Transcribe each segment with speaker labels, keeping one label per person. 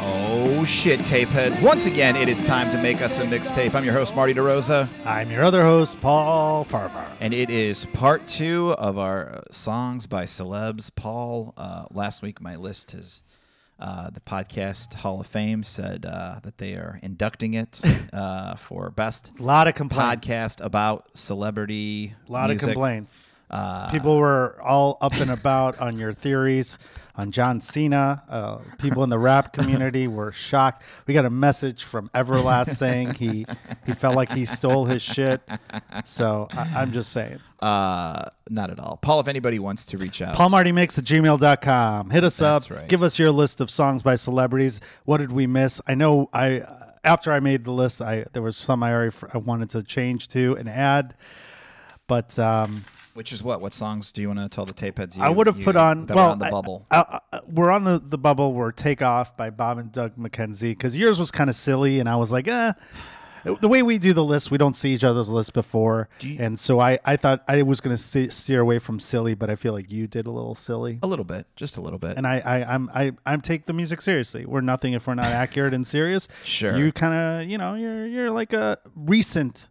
Speaker 1: Oh shit, tape heads. Once again, it is time to make us a mixtape. I'm your host, Marty DeRosa,
Speaker 2: I'm your other host, Paul Farvar.
Speaker 1: and it is part two of our uh, songs by celebs. Paul, uh, last week my list has, uh, the podcast Hall of Fame said uh, that they are inducting it uh, for best
Speaker 2: A lot of complaints.
Speaker 1: podcast about celebrity.
Speaker 2: A lot
Speaker 1: music. Uh,
Speaker 2: of complaints. people were all up and about on your theories on John Cena. Uh, people in the rap community were shocked. We got a message from Everlast saying he he felt like he stole his shit. So I, I'm just saying.
Speaker 1: Uh, not at all. Paul, if anybody wants to reach out,
Speaker 2: PaulMartyMix at gmail.com. Hit us
Speaker 1: That's
Speaker 2: up.
Speaker 1: right.
Speaker 2: Give us your list of songs by celebrities. What did we miss? I know I uh, after I made the list, I there was some I already fr- I wanted to change to and add, but um,
Speaker 1: which is what? What songs do you want to tell the tape heads? You,
Speaker 2: I would have
Speaker 1: you-
Speaker 2: put on
Speaker 1: that
Speaker 2: well
Speaker 1: were on the
Speaker 2: I-
Speaker 1: bubble.
Speaker 2: I- I- we're on the the bubble. We're take off by Bob and Doug McKenzie because yours was kind of silly, and I was like, eh. The way we do the list, we don't see each other's list before, and so I, I thought I was going to steer away from silly, but I feel like you did a little silly.
Speaker 1: a little bit, just a little bit.
Speaker 2: and I, I I'm I I'm take the music seriously. We're nothing if we're not accurate and serious.
Speaker 1: Sure.
Speaker 2: You kind of you know you're you're like a recent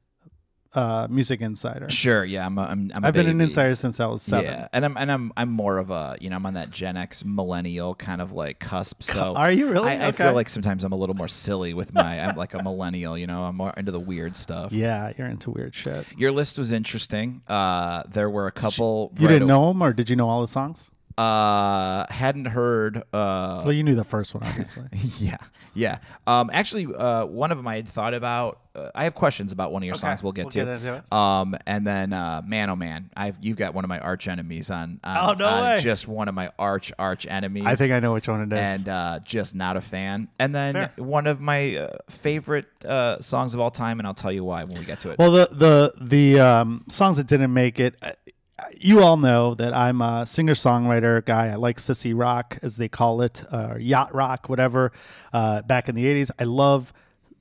Speaker 2: uh music insider.
Speaker 1: Sure. Yeah. I'm. A, I'm, I'm a
Speaker 2: I've been an
Speaker 1: baby.
Speaker 2: insider since I was seven.
Speaker 1: Yeah, and I'm and I'm I'm more of a you know I'm on that Gen X millennial kind of like cusp. So
Speaker 2: Are you
Speaker 1: I,
Speaker 2: really?
Speaker 1: I
Speaker 2: Okay.
Speaker 1: feel like sometimes I'm a little more silly with my I'm like a millennial. You know, I'm more into the weird stuff.
Speaker 2: Yeah, you're into weird shit.
Speaker 1: Your list was interesting. Uh, there were a couple.
Speaker 2: You
Speaker 1: right
Speaker 2: didn't
Speaker 1: aw-
Speaker 2: know him, or did you know all the songs?
Speaker 1: Uh, hadn't heard. Uh,
Speaker 2: Well, you knew the first one, obviously.
Speaker 1: yeah, yeah. Um, actually, uh, one of them I had thought about. Uh, I have questions about one of your songs. We'll get
Speaker 2: we'll
Speaker 1: to.
Speaker 2: get into it.
Speaker 1: Um, and then, uh, man, oh man, I've you've got one of my arch enemies on. on
Speaker 2: Oh, no
Speaker 1: on
Speaker 2: way.
Speaker 1: Just one of my arch arch enemies.
Speaker 2: I think I know which one it is.
Speaker 1: and uh, just not a fan. And then
Speaker 2: Fair.
Speaker 1: one of my uh, favorite uh, songs of all time, and I'll tell you why when we get to it.
Speaker 2: Well, the the the um, songs that didn't make it. uh, You all know that I'm a singer songwriter guy. I like sissy rock, as they call it, uh, or yacht rock, whatever. Uh, back in the '80s, I love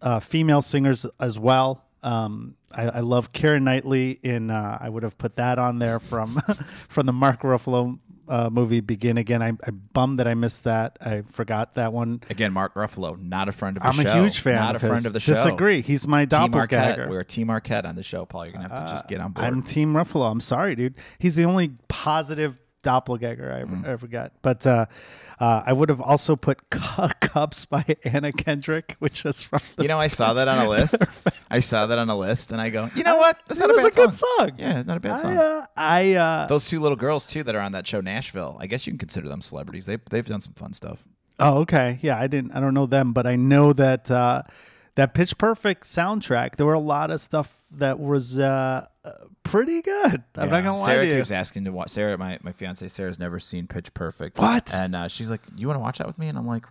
Speaker 2: uh, female singers as well. Um, I, I love Karen Knightley. In uh, I would have put that on there from from the Mark Ruffalo uh, movie Begin Again. I, I'm bummed that I missed that. I forgot that one.
Speaker 1: Again, Mark Ruffalo, not a friend of the
Speaker 2: I'm
Speaker 1: show.
Speaker 2: a huge fan.
Speaker 1: Not
Speaker 2: of
Speaker 1: a friend
Speaker 2: his.
Speaker 1: of the show.
Speaker 2: Disagree. He's my
Speaker 1: Team
Speaker 2: doppelganger. Uh,
Speaker 1: Arquette. We're Team Arquette on the show, Paul. You're gonna have to just get on board.
Speaker 2: I'm Team Ruffalo. I'm sorry, dude. He's the only positive doppelganger I ever,
Speaker 1: Mm.
Speaker 2: ever got. But uh, uh, I would have also put Cu- Cups by Anna Kendrick, which is from the.
Speaker 1: you know, I saw that on a list. I saw that on a list, and I go, you know what? That's
Speaker 2: It
Speaker 1: not a bad
Speaker 2: was a good song.
Speaker 1: Yeah, not a bad
Speaker 2: I,
Speaker 1: song.
Speaker 2: uh, I uh,
Speaker 1: Those two little girls too that are on that show, Nashville. I guess you can consider them celebrities. They they've done some fun stuff.
Speaker 2: oh okay yeah I didn't I don't know them but I know that uh, that Pitch Perfect soundtrack there were a lot of stuff that was uh, uh, pretty good I'm not
Speaker 1: Yeah.
Speaker 2: gonna lie
Speaker 1: Sarah
Speaker 2: to you
Speaker 1: keeps asking to watch. Sarah, my, my fiance Sarah's never seen Pitch Perfect.
Speaker 2: What?
Speaker 1: And uh, she's like, "You want to watch that with me?" And I'm like,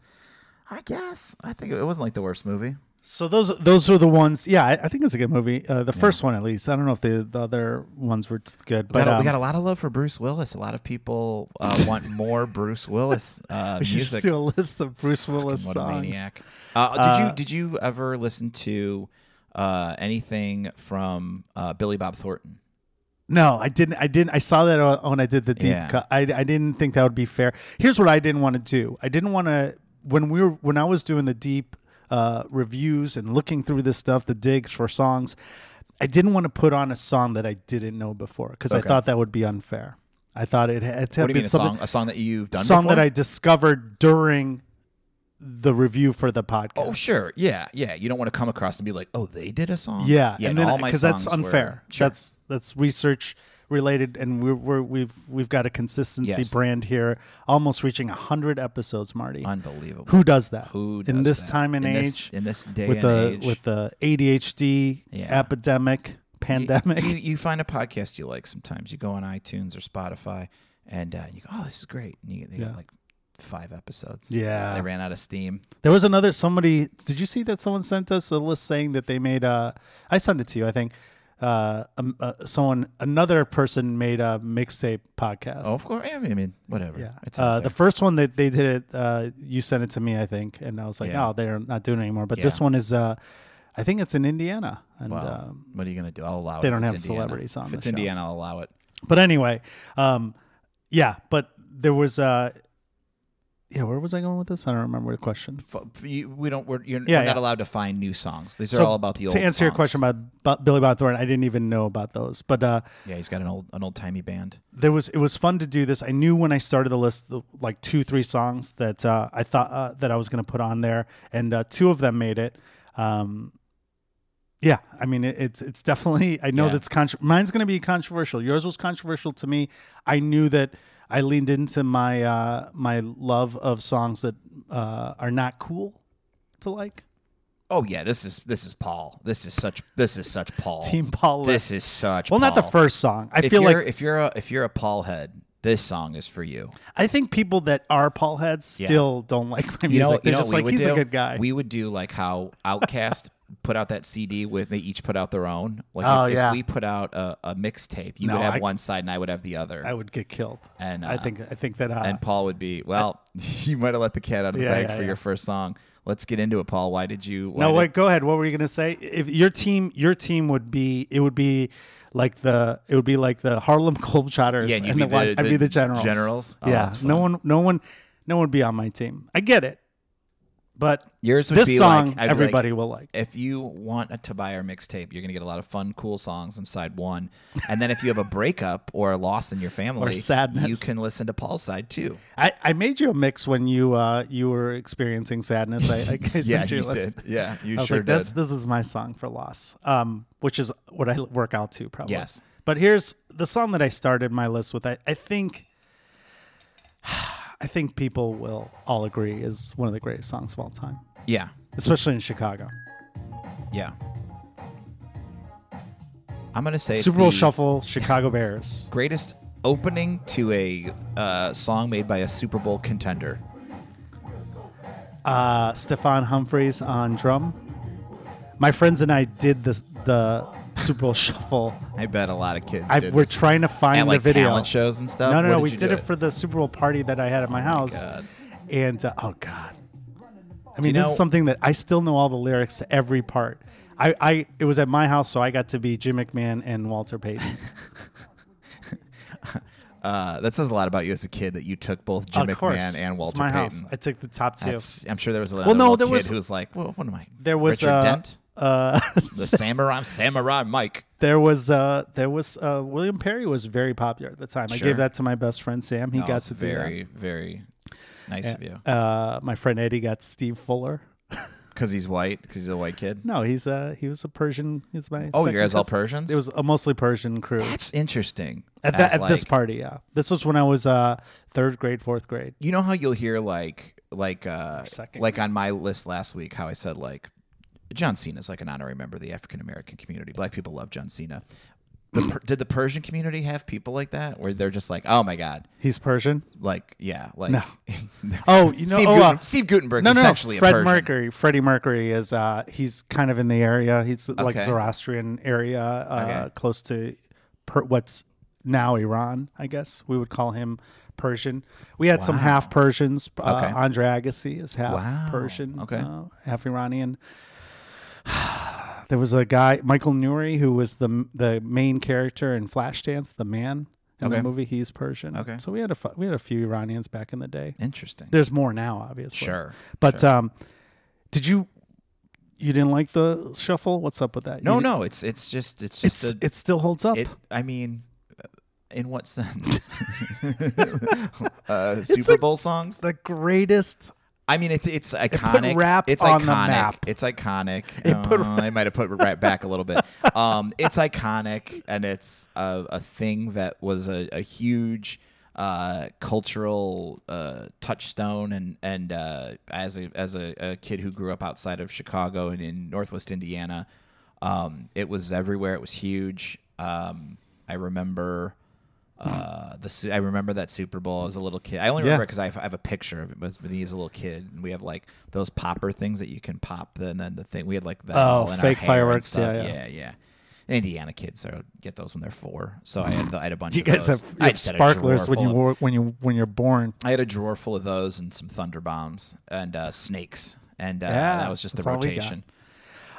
Speaker 1: "I guess." I think it wasn't like the worst movie.
Speaker 2: So those those are the ones. Yeah, I, I think it's a good movie. Uh, the first one, at least. I don't know if the, the other ones were t- good,
Speaker 1: But
Speaker 2: but
Speaker 1: we got,
Speaker 2: um,
Speaker 1: a lot of love for Bruce Willis. A lot of people uh, want more Bruce Willis uh,
Speaker 2: we should just
Speaker 1: music.
Speaker 2: do a list of Bruce Willis
Speaker 1: what a
Speaker 2: songs.
Speaker 1: maniac! Uh, did you did you ever listen to uh, anything from uh, Billy Bob Thornton?
Speaker 2: No, I didn't. I didn't. I saw that o- when I did the deep
Speaker 1: Yeah.
Speaker 2: cut. I I didn't think that would be fair. Here's what I didn't want to do. I didn't want to when we were when I was doing the deep uh, reviews and looking through this stuff, the digs for songs. I didn't want to put on a song that I didn't know before because I thought that would be unfair. I thought it had
Speaker 1: What
Speaker 2: to have
Speaker 1: do you mean
Speaker 2: been
Speaker 1: a
Speaker 2: something.
Speaker 1: song? A song that you've done?
Speaker 2: song that
Speaker 1: before?
Speaker 2: I discovered during the review for the podcast.
Speaker 1: Oh sure, yeah, yeah. You don't want to come across and be like, "Oh, they did a song."
Speaker 2: yeah,
Speaker 1: yeah.
Speaker 2: and then
Speaker 1: all my
Speaker 2: because that's
Speaker 1: songs were-
Speaker 2: unfair.
Speaker 1: Sure.
Speaker 2: That's that's research related, and we're, we're we've we've got a consistency
Speaker 1: Yes.
Speaker 2: brand here, almost reaching hundred episodes, Marty.
Speaker 1: unbelievable.
Speaker 2: Who does that?
Speaker 1: Who
Speaker 2: in
Speaker 1: does
Speaker 2: this
Speaker 1: that?
Speaker 2: time and
Speaker 1: In this-
Speaker 2: age?
Speaker 1: in this day
Speaker 2: with
Speaker 1: and
Speaker 2: the
Speaker 1: age.
Speaker 2: with the ADHD
Speaker 1: Yeah.
Speaker 2: epidemic pandemic.
Speaker 1: You, you find a podcast you like sometimes. You go on iTunes or Spotify and uh, you go, oh, this is great. And you, they got
Speaker 2: Yeah.
Speaker 1: like five episodes.
Speaker 2: Yeah.
Speaker 1: They ran out of steam.
Speaker 2: There was another somebody. Did you see that someone sent us a list saying that they made a? I sent it to you, I think. Uh, um, uh someone another person made a mixtape podcast.
Speaker 1: Oh, of course. I mean, I mean, whatever.
Speaker 2: yeah.
Speaker 1: It's
Speaker 2: Uh,
Speaker 1: out there.
Speaker 2: the first one that they did it, uh, you sent it to me, I think, and I was like,
Speaker 1: Yeah.
Speaker 2: oh, they're not doing it anymore. But
Speaker 1: Yeah.
Speaker 2: this one is, uh, I think it's in Indiana, and
Speaker 1: Well,
Speaker 2: um,
Speaker 1: what are you going to do? I'll allow it.
Speaker 2: they
Speaker 1: if
Speaker 2: don't
Speaker 1: it's
Speaker 2: have
Speaker 1: Indiana.
Speaker 2: celebrities on
Speaker 1: If
Speaker 2: the
Speaker 1: it's
Speaker 2: show.
Speaker 1: Indiana, I'll allow it.
Speaker 2: But anyway, um, yeah, but there was uh, yeah, where was I going with this? I don't remember the question.
Speaker 1: F- you- we don't. We're, you're,
Speaker 2: Yeah,
Speaker 1: we're not
Speaker 2: yeah.
Speaker 1: allowed to find new songs. These
Speaker 2: So,
Speaker 1: are all about the old.
Speaker 2: to answer your
Speaker 1: songs.
Speaker 2: question about, Bu- Billy Bob Thornton, I didn't even know about those, but uh,
Speaker 1: yeah, he's got an old an old timey band.
Speaker 2: there was it was fun to do this. I knew when I started the list, the, like two three songs that uh, I thought uh, that I was going to put on there, and uh, two of them made it. Um, yeah, I mean it, it's it's definitely I know
Speaker 1: Yeah.
Speaker 2: that's contro- mine's going to be controversial. Yours was controversial to me. I knew that I leaned into my uh, my love of songs that uh, are not cool to like.
Speaker 1: Oh yeah, this is this is Paul. This is such this is such Paul.
Speaker 2: Team Paul.
Speaker 1: Oh, This is such.
Speaker 2: well, not the
Speaker 1: Paul.
Speaker 2: first song. I
Speaker 1: If
Speaker 2: feel like
Speaker 1: you're, if you're a if you're a Paul head, this song is for you.
Speaker 2: I think people that are Paul heads
Speaker 1: Yeah.
Speaker 2: still don't like my music.
Speaker 1: You know, you
Speaker 2: They're
Speaker 1: know
Speaker 2: just
Speaker 1: what we
Speaker 2: like
Speaker 1: would
Speaker 2: he's
Speaker 1: do?
Speaker 2: a good guy.
Speaker 1: We would do like how Outcast put out that CD with they each put out their own. Like
Speaker 2: Oh,
Speaker 1: if, if
Speaker 2: yeah.
Speaker 1: we put out a, a mixtape, you
Speaker 2: No,
Speaker 1: would have
Speaker 2: I-
Speaker 1: one side and I would have the other.
Speaker 2: I would get killed.
Speaker 1: and uh,
Speaker 2: I think I think that uh,
Speaker 1: and Paul would be well. you might have let the cat out of the
Speaker 2: Yeah,
Speaker 1: bag
Speaker 2: yeah,
Speaker 1: for
Speaker 2: yeah.
Speaker 1: your first song. Let's get into it, Paul. Why did you? Why
Speaker 2: no
Speaker 1: did-
Speaker 2: wait go ahead what were you going to say if your team your team would be it would be like the it would be like the Harlem Globetrotters
Speaker 1: Yeah, and you'd
Speaker 2: and
Speaker 1: be
Speaker 2: the, Wi-
Speaker 1: the-
Speaker 2: I'd be
Speaker 1: the
Speaker 2: the generals
Speaker 1: generals? Oh,
Speaker 2: yeah
Speaker 1: that's
Speaker 2: no
Speaker 1: fun.
Speaker 2: one no one no one would be on my team I get it but
Speaker 1: Yours would
Speaker 2: this
Speaker 1: be like-
Speaker 2: song
Speaker 1: I'd be like,
Speaker 2: everybody will like
Speaker 1: if you want to buy our mixtape, you're going to get a lot of fun, cool songs on side one. And then if you have a breakup or a loss in your family,
Speaker 2: Or sadness.
Speaker 1: you can listen to Paul's side too.
Speaker 2: I, I made you a mix when you uh you were experiencing sadness I, I sent you a list.
Speaker 1: Yeah, you
Speaker 2: I was
Speaker 1: sure
Speaker 2: like,
Speaker 1: did.
Speaker 2: This, this is my song for loss, um, which is what I work out to probably.
Speaker 1: Yes.
Speaker 2: But here's the song that I started my list with. I, I think, I think people will all agree is one of the greatest songs of all time,
Speaker 1: yeah,
Speaker 2: especially in Chicago.
Speaker 1: yeah. I'm going to say it's
Speaker 2: Super Bowl
Speaker 1: the
Speaker 2: Shuffle, Chicago Bears.
Speaker 1: greatest opening to a uh, song made by a Super Bowl contender.
Speaker 2: uh, Stefan Humphreys on drum. My friends and I did the the Super Bowl Shuffle.
Speaker 1: I bet a lot of kids
Speaker 2: I,
Speaker 1: did
Speaker 2: we're
Speaker 1: this.
Speaker 2: trying to find
Speaker 1: at like
Speaker 2: the video.
Speaker 1: talent shows and stuff.
Speaker 2: No, no,
Speaker 1: Where
Speaker 2: no.
Speaker 1: did
Speaker 2: We
Speaker 1: you
Speaker 2: did,
Speaker 1: do Oh
Speaker 2: it for the Super Bowl party that I had at my house.
Speaker 1: God.
Speaker 2: And uh, oh god, I mean,
Speaker 1: you
Speaker 2: this
Speaker 1: know-
Speaker 2: is something that I still know all the lyrics to every part. I, I, it was at my house, so I got to be Jim McMahon and Walter Payton.
Speaker 1: Uh, that says a lot about you as a kid that you took both Jim
Speaker 2: of course,
Speaker 1: McMahon and
Speaker 2: it's
Speaker 1: Walter
Speaker 2: my
Speaker 1: Payton.
Speaker 2: house. I took the top two.
Speaker 1: That's, I'm sure there was a
Speaker 2: no,
Speaker 1: little
Speaker 2: there
Speaker 1: kid
Speaker 2: was-
Speaker 1: who was like, well, what am I?
Speaker 2: There was
Speaker 1: Richard
Speaker 2: uh,
Speaker 1: Dent,
Speaker 2: uh,
Speaker 1: the samurai, samurai Mike.
Speaker 2: there was uh, there was uh, William Perry was very popular at the time. I
Speaker 1: Sure.
Speaker 2: gave that to my best friend Sam. He
Speaker 1: That
Speaker 2: got
Speaker 1: was
Speaker 2: to do that.
Speaker 1: Oh, very, very nice of you.
Speaker 2: Uh, my friend Eddie got Steve Fuller.
Speaker 1: Because he's white, because he's a white kid.
Speaker 2: No, he's uh he was a Persian. He's my
Speaker 1: oh,
Speaker 2: second
Speaker 1: you guys all
Speaker 2: cousin.
Speaker 1: Persians?
Speaker 2: It was a mostly Persian crew.
Speaker 1: That's interesting.
Speaker 2: at, that,
Speaker 1: As,
Speaker 2: at this
Speaker 1: like-
Speaker 2: party, yeah. This was when I was uh third grade, fourth grade.
Speaker 1: You know how you'll hear like, like, uh,
Speaker 2: second.
Speaker 1: like on my list last week, how I said like, John Cena is like an honorary member of the African American community. Black people love John Cena. The, Per- did the Persian community have people like that, where they're just like, "Oh my God,
Speaker 2: He's Persian.
Speaker 1: like yeah, like
Speaker 2: Oh, you know,
Speaker 1: Steve,
Speaker 2: oh, uh,
Speaker 1: Guten- Steve Gutenberg
Speaker 2: no,
Speaker 1: is
Speaker 2: no, no.
Speaker 1: essentially a
Speaker 2: Fred
Speaker 1: Persian.
Speaker 2: Mercury. Freddie Mercury is uh he's kind of in the area. He's like
Speaker 1: Okay.
Speaker 2: Zoroastrian area, uh,
Speaker 1: Okay.
Speaker 2: close to per- what's now Iran. I guess we would call him Persian. We had some
Speaker 1: Wow.
Speaker 2: half Persians. Uh,
Speaker 1: Okay.
Speaker 2: Andre Agassi is half
Speaker 1: Wow.
Speaker 2: Persian.
Speaker 1: Okay.
Speaker 2: uh, half Iranian. There was a guy, Michael Nuri, who was the the main character in Flashdance, the man in
Speaker 1: Okay.
Speaker 2: the movie. He's Persian.
Speaker 1: Okay.
Speaker 2: so we had a fu- we had a few Iranians back in the day.
Speaker 1: Interesting.
Speaker 2: There's more now, obviously.
Speaker 1: Sure.
Speaker 2: But um, did you you didn't like the shuffle? What's up with that?
Speaker 1: No,
Speaker 2: You-
Speaker 1: no, it's it's just it's just
Speaker 2: It's
Speaker 1: a,
Speaker 2: it still holds up.
Speaker 1: it. I mean, uh, in what sense? uh,
Speaker 2: It's
Speaker 1: Super
Speaker 2: a-
Speaker 1: Bowl songs.
Speaker 2: the greatest.
Speaker 1: I mean, it, it's iconic.
Speaker 2: rap
Speaker 1: it's
Speaker 2: on
Speaker 1: iconic.
Speaker 2: the map.
Speaker 1: It's iconic. Uh, I might have put rap back a little bit. Um, it's iconic, and it's a, a thing that was a, a huge uh, cultural uh, touchstone. And and uh, as a as a, a kid who grew up outside of Chicago and in Northwest Indiana, um, it was everywhere. It was huge. Um, I remember. Uh, the Su- I remember that Super Bowl as a little kid. I only
Speaker 2: Yeah.
Speaker 1: remember because I, have- I have a picture of it. But when he's a little kid, and we have like those popper things that you can pop, and then the thing we had like that.
Speaker 2: Oh,
Speaker 1: all in our
Speaker 2: fake
Speaker 1: hair and
Speaker 2: fireworks,
Speaker 1: stuff.
Speaker 2: yeah, yeah.
Speaker 1: yeah, yeah. Indiana kids are, get those when they're four. So I had, the- I had a bunch.
Speaker 2: You
Speaker 1: of
Speaker 2: guys
Speaker 1: those.
Speaker 2: have,
Speaker 1: I
Speaker 2: you have
Speaker 1: just had a
Speaker 2: sparklers
Speaker 1: drawer
Speaker 2: when
Speaker 1: full
Speaker 2: you
Speaker 1: of-
Speaker 2: wor- when you when you're born.
Speaker 1: I had a drawer full of those and some thunder bombs and uh, snakes, and uh,
Speaker 2: Yeah,
Speaker 1: that was just the
Speaker 2: that's all we got.
Speaker 1: rotation.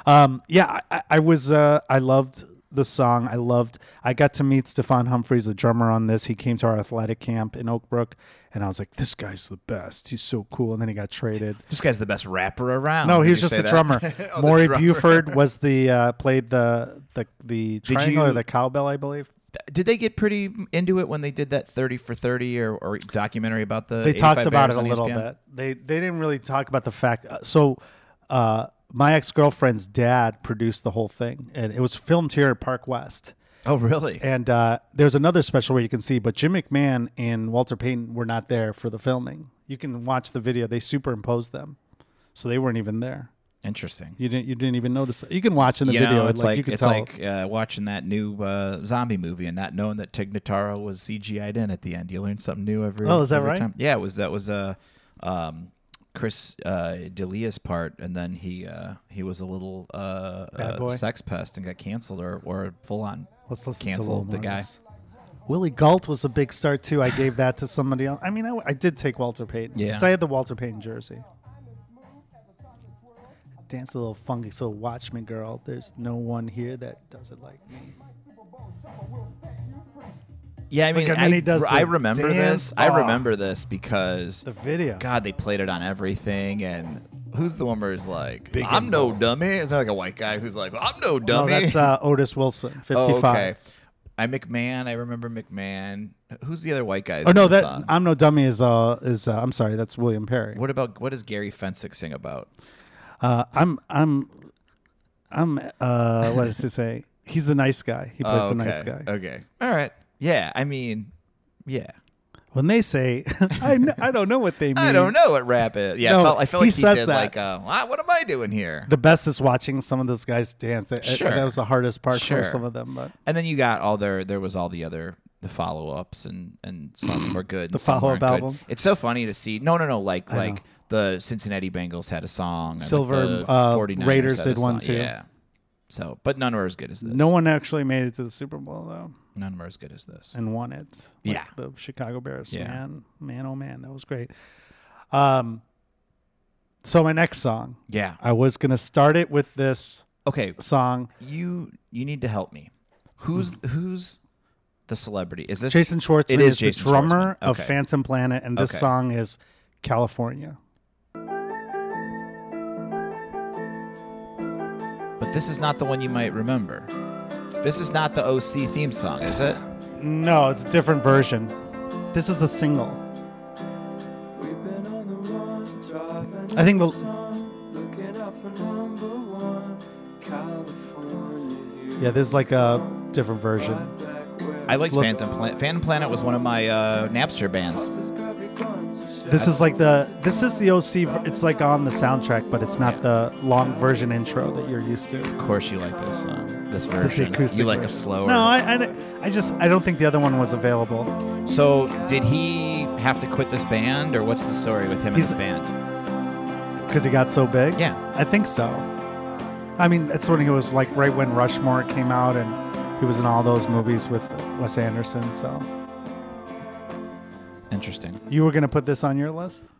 Speaker 2: Um, yeah, I- I, I was uh, I loved the song. I loved. I got to meet Stefan Humphreys, the drummer on this. He came to our athletic camp in Oak Brook, and I was like, "This guy's the best. He's so cool." And then he got traded.
Speaker 1: This guy's the best rapper around.
Speaker 2: No,
Speaker 1: Did
Speaker 2: he was
Speaker 1: you
Speaker 2: just
Speaker 1: say
Speaker 2: the
Speaker 1: that?
Speaker 2: drummer.
Speaker 1: Oh, the
Speaker 2: Maury
Speaker 1: drummer.
Speaker 2: Buford was the uh, played the the the triangle or
Speaker 1: you-
Speaker 2: the cowbell, I believe.
Speaker 1: Did they get pretty into it when they did that 30 for 30 or, or documentary about the?
Speaker 2: they
Speaker 1: 85
Speaker 2: talked about it
Speaker 1: Bears
Speaker 2: a
Speaker 1: on E
Speaker 2: little
Speaker 1: ESPN?
Speaker 2: bit. They they didn't really talk about the fact. uh, So, uh, my ex girlfriend's dad produced the whole thing, and it was filmed here at Park West.
Speaker 1: Oh, really?
Speaker 2: And uh, there's another special where you can see, but Jim McMahon and Walter Payton were not there for the filming. You can watch the video; they superimposed them, so they weren't even there.
Speaker 1: Interesting.
Speaker 2: You didn't you didn't even notice it. You can watch in the
Speaker 1: you
Speaker 2: video;
Speaker 1: know, it's like,
Speaker 2: you can
Speaker 1: it's
Speaker 2: tell.
Speaker 1: like uh, watching that new uh, zombie movie and not knowing that Tignataro was CGI'd in at the end. You learn something new every.
Speaker 2: Oh, is that
Speaker 1: every
Speaker 2: right?
Speaker 1: Time. Yeah, it was that was uh, um, Chris uh, D'Elia's part, and then he uh, he was a little uh,
Speaker 2: Bad
Speaker 1: uh,
Speaker 2: boy?
Speaker 1: sex pest and got canceled or or full on
Speaker 2: Let's listen to Lil
Speaker 1: canceled the
Speaker 2: Nas.
Speaker 1: guy.
Speaker 2: Willie Galt was a big star too. I gave that to somebody else. I mean, I, I did take Walter Payton
Speaker 1: Yeah.
Speaker 2: because I had the Walter Payton jersey. Dance a little funky, so watch me, girl. There's no one here that does it like me.
Speaker 1: Yeah, I mean,
Speaker 2: and then
Speaker 1: I,
Speaker 2: he does
Speaker 1: I
Speaker 2: the
Speaker 1: remember
Speaker 2: dance.
Speaker 1: this. I
Speaker 2: Oh.
Speaker 1: remember this because
Speaker 2: The video.
Speaker 1: God, they played it on everything. And who's the one where he's like,
Speaker 2: Big
Speaker 1: "I'm
Speaker 2: and
Speaker 1: no dummy"? Is there like a white guy who's like, "I'm no
Speaker 2: no,
Speaker 1: dummy"?
Speaker 2: that's uh, Otis Wilson, 55. Oh,
Speaker 1: I McMahon. I remember McMahon. Who's the other white guy?
Speaker 2: Oh, no,
Speaker 1: in the
Speaker 2: that
Speaker 1: song?
Speaker 2: I'm no dummy is uh is uh, I'm sorry, that's William Perry.
Speaker 1: what about what does Gary Fensick sing about?
Speaker 2: Uh, I'm I'm I'm uh what does he say? He's the nice guy. He plays
Speaker 1: Oh,
Speaker 2: the
Speaker 1: okay.
Speaker 2: nice guy.
Speaker 1: Okay. All right. Yeah. I mean, yeah.
Speaker 2: When they say, I kn- I don't know what they mean.
Speaker 1: I don't know what rap is. Yeah.
Speaker 2: No,
Speaker 1: I felt, I felt
Speaker 2: he
Speaker 1: like he
Speaker 2: says
Speaker 1: did
Speaker 2: that.
Speaker 1: like, uh, "Ah, what am I doing here?
Speaker 2: the best is watching some of those guys dance. That-
Speaker 1: Sure.
Speaker 2: That was the hardest part
Speaker 1: Sure.
Speaker 2: for some of them. But
Speaker 1: And then you got all their there was all the other the follow ups and and some were good. the
Speaker 2: follow-up album?
Speaker 1: It's so funny to see. No, no, no. Like like the Cincinnati Bengals had a song. and, like,
Speaker 2: Silver,
Speaker 1: the
Speaker 2: uh,
Speaker 1: 49ers
Speaker 2: Raiders
Speaker 1: a
Speaker 2: did one,
Speaker 1: song.
Speaker 2: too.
Speaker 1: Yeah. So, but none were as good as this.
Speaker 2: no one actually made it to the Super Bowl though,
Speaker 1: none were as good as this.
Speaker 2: and won it.
Speaker 1: Yeah.
Speaker 2: the Chicago Bears.
Speaker 1: Yeah.
Speaker 2: Man, man, oh man, that was great. Um, so my next song,
Speaker 1: Yeah.
Speaker 2: I was gonna start it with this
Speaker 1: Okay.
Speaker 2: song,
Speaker 1: You you need to help me. Who's who's the celebrity? Is this
Speaker 2: Jason Schwartzman
Speaker 1: It is,
Speaker 2: the
Speaker 1: Jason
Speaker 2: drummer
Speaker 1: Schwartzman.
Speaker 2: of
Speaker 1: Okay.
Speaker 2: Phantom Planet, and this
Speaker 1: Okay.
Speaker 2: song is California.
Speaker 1: But this is not the one you might remember. This is not the OC theme song, is it?
Speaker 2: No, it's a different version. This is the single.
Speaker 3: We've been on the run, driving
Speaker 2: I think
Speaker 3: in
Speaker 2: the-
Speaker 3: sun, looking out for number one, California.
Speaker 2: Yeah, this is like a different version.
Speaker 1: I liked
Speaker 2: Let's-
Speaker 1: Phantom Planet. Phantom Planet was one of my uh, Napster bands.
Speaker 2: This is like the this is the OC. ver- It's like on the soundtrack, but it's not the long version intro that you're used to.
Speaker 1: Of course, you like this song, this version.
Speaker 2: It's the acoustic.
Speaker 1: you like a
Speaker 2: version.
Speaker 1: slower.
Speaker 2: No, I, I I just I don't think the other one was available.
Speaker 1: so, did he have to quit this band, or what's the story with him and
Speaker 2: He's-
Speaker 1: his band?
Speaker 2: because he got so big?
Speaker 1: Yeah.
Speaker 2: I think so. I mean, that's when he was like right when Rushmore came out, and he was in all those movies with Wes Anderson. So
Speaker 1: Interesting.
Speaker 2: you were gonna put this on your list?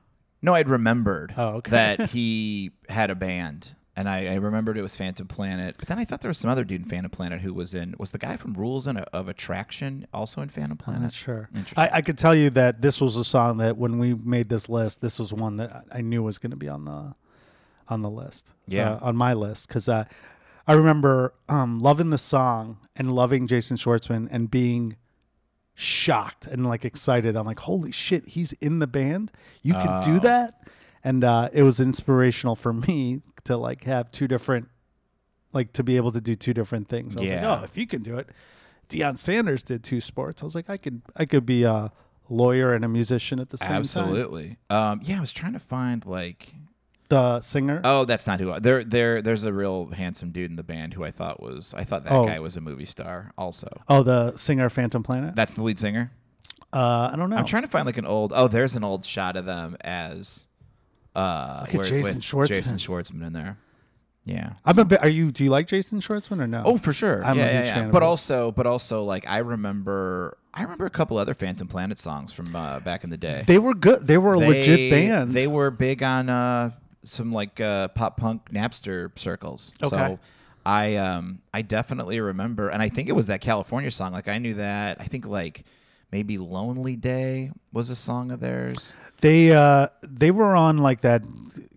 Speaker 1: No, I'd remembered
Speaker 2: Oh, okay.
Speaker 1: that he had a band, and I, I remembered it was Phantom Planet. But then I thought there was some other dude in Phantom Planet who was in. Was the guy from Rules and uh, of Attraction also in Phantom Planet?
Speaker 2: I'm not sure.
Speaker 1: Interesting.
Speaker 2: I, I could tell you that this was a song that when we made this list, this was one that I I knew was going to be on the on the list.
Speaker 1: Yeah.
Speaker 2: uh, on my list because uh, I remember um, loving the song and loving Jason Schwartzman and being shocked and like excited. I'm like, holy shit, he's in the band. You can
Speaker 1: Oh.
Speaker 2: do that. And uh, it was inspirational for me to like have two different, like to be able to do two different things. I was
Speaker 1: Yeah.
Speaker 2: like, oh, if you can do it, Deion Sanders did two sports. I was like, I could, I could be a lawyer and a musician at the same time.
Speaker 1: Absolutely. Um, yeah, I was trying to find like
Speaker 2: The singer.
Speaker 1: Oh, that's not who. I, there, there, there's a real handsome dude in the band who I thought was. I thought that
Speaker 2: Oh.
Speaker 1: guy was a movie star. Also,
Speaker 2: Oh, the singer of Phantom Planet.
Speaker 1: that's the lead singer.
Speaker 2: Uh, I don't know.
Speaker 1: I'm trying to find like an old. Oh, there's an old shot of them as. Uh,
Speaker 2: Look at Jason
Speaker 1: with
Speaker 2: Schwartzman.
Speaker 1: Jason Schwartzman in there. Yeah.
Speaker 2: I'm a bit. Are you? Do you like Jason Schwartzman or no?
Speaker 1: Oh, for sure.
Speaker 2: I'm a
Speaker 1: yeah,
Speaker 2: huge
Speaker 1: yeah, yeah.
Speaker 2: fan of
Speaker 1: But
Speaker 2: his.
Speaker 1: also, but also, like I remember, I remember a couple other Phantom Planet songs from uh, back in the day.
Speaker 2: they were good. They were a legit
Speaker 1: They-
Speaker 2: band.
Speaker 1: They were big on uh, some like uh, pop punk Napster circles.
Speaker 2: Okay.
Speaker 1: So I um I definitely remember, and I think it was that California song. Like I knew that. I think like maybe "Lonely Day" was a song of theirs.
Speaker 2: They uh they were on like that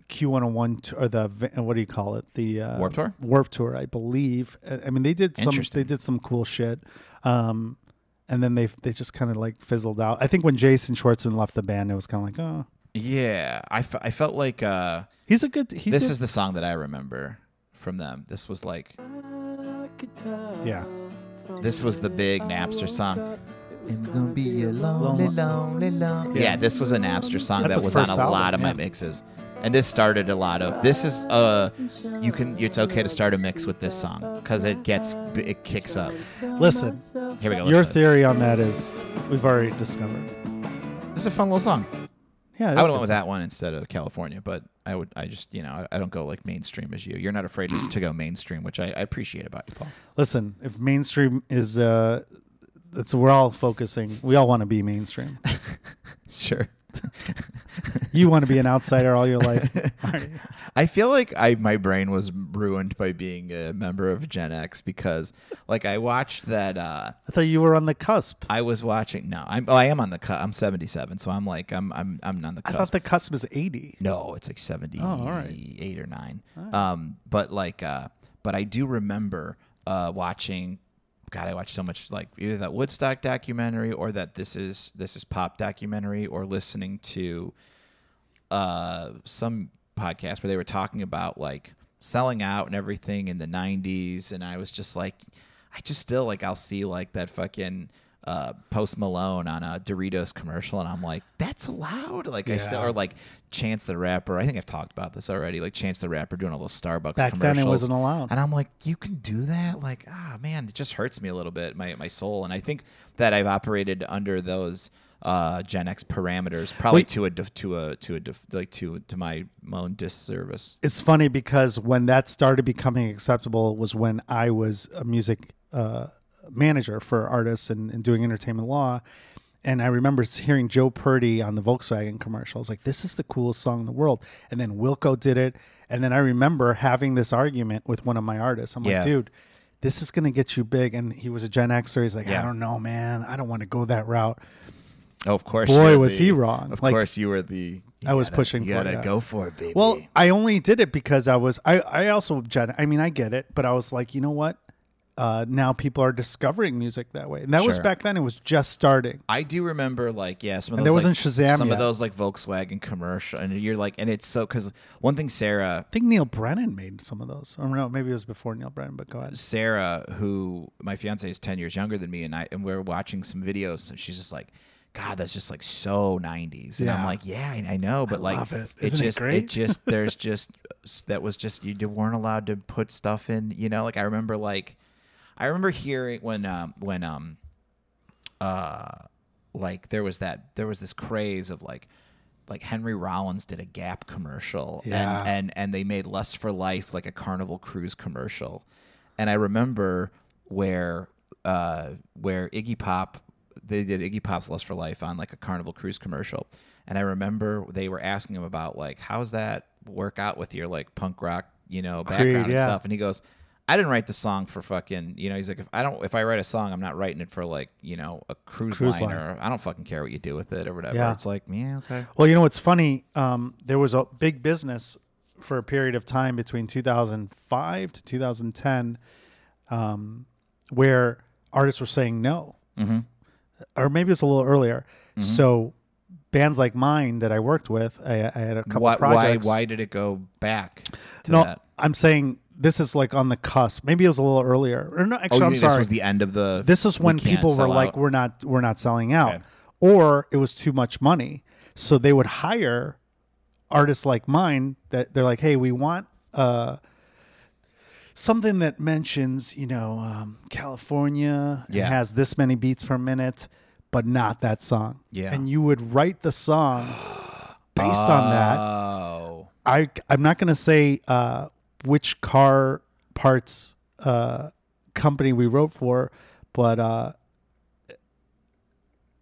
Speaker 2: Q101 t- or the v- what do you call it? The uh,
Speaker 1: Warped Tour?
Speaker 2: Warp Tour, I believe. Uh, I mean, they did some they
Speaker 1: Interesting.
Speaker 2: did some cool shit. Um and then they they just kind of like fizzled out. I think when Jason Schwartzman left the band, it was kind of like, "Oh,
Speaker 1: Yeah, I, f- I felt like uh,
Speaker 2: he's a good he
Speaker 1: this
Speaker 2: did-
Speaker 1: is the song that I remember from them. This was like
Speaker 2: Yeah.
Speaker 1: this was the big Napster song. It's gonna be a
Speaker 2: lonely,
Speaker 1: lonely, lonely.
Speaker 2: Yeah.
Speaker 1: Yeah, this was a Napster song
Speaker 2: That's
Speaker 1: that
Speaker 2: the
Speaker 1: was on
Speaker 2: first
Speaker 1: a
Speaker 2: album,
Speaker 1: lot of
Speaker 2: yeah.
Speaker 1: my mixes, and this started a lot of. This is uh, you can. It's okay to start a mix with this song because it gets it kicks up.
Speaker 2: Listen,
Speaker 1: Here we go.
Speaker 2: your
Speaker 1: listen to this.
Speaker 2: theory on that is we've already discovered.
Speaker 1: This is a fun little song.
Speaker 2: Yeah,
Speaker 1: I
Speaker 2: that's
Speaker 1: would have went with
Speaker 2: good.
Speaker 1: that one instead of California, but I would. I just you know I, I don't go like mainstream as you. You're not afraid to go mainstream, which I, I appreciate about you, Paul.
Speaker 2: Listen, if mainstream is uh, that's we're all focusing. We all want to be mainstream.
Speaker 1: Sure.
Speaker 2: You want to be an outsider all your life. Alright.
Speaker 1: I feel like I my brain was ruined by being a member of Gen X because like I watched that. uh
Speaker 2: I thought you were on the cusp.
Speaker 1: I was watching. No, I'm. Oh, I am on the cut. I'm 77, so I'm like I'm I'm I'm on the
Speaker 2: I
Speaker 1: cut.
Speaker 2: thought the cusp is 80.
Speaker 1: No, it's like 78
Speaker 2: all right.
Speaker 1: or 9. Um, but like, uh, but I do remember uh, watching. God, I watched so much like either that Woodstock documentary or that this is this is pop documentary or listening to uh, some podcast where they were talking about like selling out and everything in the 90s and i was just like i just still like i'll see like that fucking uh, post malone on a doritos commercial and i'm like that's loud like i still
Speaker 2: Yeah.
Speaker 1: or like chance the rapper i think i've talked about this already like chance the rapper doing a little starbucks
Speaker 2: Back then it
Speaker 1: commercials.
Speaker 2: wasn't allowed.
Speaker 1: and i'm like you can do that like ah man it just hurts me a little bit my, my soul and i think that i've operated under those uh, gen x parameters probably
Speaker 2: Wait.
Speaker 1: to a def- to a to a def- like to to my my own disservice.
Speaker 2: It's funny because when that started becoming acceptable was when I was a music uh, manager for artists and, and doing entertainment law. And I remember hearing Joe Purdy on the Volkswagen commercial. I was like, this is the coolest song in the world. And then Wilco did it. And then I remember having this argument with one of my artists. I'm
Speaker 1: Yeah.
Speaker 2: like, dude, this is going to get you big. And he was a Gen Xer. He's like, I
Speaker 1: Yeah.
Speaker 2: don't know, man. I don't want to go that route.
Speaker 1: Oh, of course.
Speaker 2: Boy,
Speaker 1: you're
Speaker 2: was
Speaker 1: the-
Speaker 2: he wrong.
Speaker 1: Of
Speaker 2: Like,
Speaker 1: course, you were the.
Speaker 2: I was
Speaker 1: gotta-
Speaker 2: pushing
Speaker 1: You
Speaker 2: for
Speaker 1: gotta
Speaker 2: that.
Speaker 1: go for it, baby.
Speaker 2: Well, I only did it because I was I I also Jen. I mean, I get it, but I was like, you know what? Uh, now people are discovering music that way, and that was
Speaker 1: Sure.
Speaker 2: back then. It was just starting.
Speaker 1: I do remember, like, yeah, some of
Speaker 2: And
Speaker 1: those.
Speaker 2: there
Speaker 1: like,
Speaker 2: wasn't Shazam
Speaker 1: Some
Speaker 2: yet.
Speaker 1: of those like Volkswagen commercial, and you're like, and it's so because one thing Sarah
Speaker 2: I think Neil Brennan made some of those. Or no, maybe it was before Neil Brennan. But go ahead.
Speaker 1: Sarah, who my fiance is ten years younger than me, and I and we are watching some videos, and she's just like, "God, that's just like so '90s," and I'm
Speaker 2: Yeah.
Speaker 1: like, "Yeah, I I know," but like,
Speaker 2: love it. Isn't it
Speaker 1: just
Speaker 2: great?
Speaker 1: just there's just that was just you weren't allowed to put stuff in, you know. Like I remember like I remember hearing when um when um like there was that there was this craze of like like Henry Rollins did a Gap commercial
Speaker 2: Yeah.
Speaker 1: and and and they made Lust for Life like a Carnival Cruise commercial. And I remember where uh where Iggy Pop they did Iggy Pop's Lust for Life on like a Carnival Cruise commercial. And I remember they were asking him about like how's that work out with your like punk rock, you know, background and
Speaker 2: yeah.
Speaker 1: stuff. And he goes, I didn't write the song for fucking, you know, he's like, if I don't, if I write a song, I'm not writing it for like, you know, a cruise,
Speaker 2: Cruise
Speaker 1: line,
Speaker 2: line.
Speaker 1: or I don't fucking care what you do with it or whatever.
Speaker 2: Yeah.
Speaker 1: It's like, yeah, okay.
Speaker 2: Well, you know what's funny? Um, there was a big business for a period of time between 2005 to 2010, um, where artists were saying no,
Speaker 1: Mm-hmm.
Speaker 2: or maybe it's a little earlier. So bands like mine that I worked with, I, I had a couple
Speaker 1: Why, why,
Speaker 2: projects.
Speaker 1: why did it go back to
Speaker 2: no,
Speaker 1: that?
Speaker 2: I'm saying this is like on the cusp. Maybe it was a little earlier. Or no,
Speaker 1: Oh,
Speaker 2: actually,
Speaker 1: you
Speaker 2: I'm
Speaker 1: mean
Speaker 2: sorry.
Speaker 1: this was the end of the.
Speaker 2: This is
Speaker 1: we
Speaker 2: when
Speaker 1: can't
Speaker 2: people were
Speaker 1: sell
Speaker 2: like,
Speaker 1: out.
Speaker 2: "We're not, we're not selling out,"
Speaker 1: Okay.
Speaker 2: or it was too much money, so they would hire artists like mine that they're like, "Hey, we want uh, something that mentions, you know, um, California and
Speaker 1: Yeah.
Speaker 2: has this many beats per minute, but not that song."
Speaker 1: Yeah.
Speaker 2: and you would write the song based on that.
Speaker 1: Oh,
Speaker 2: I I'm not gonna say uh, which car parts uh, company we wrote for, but uh,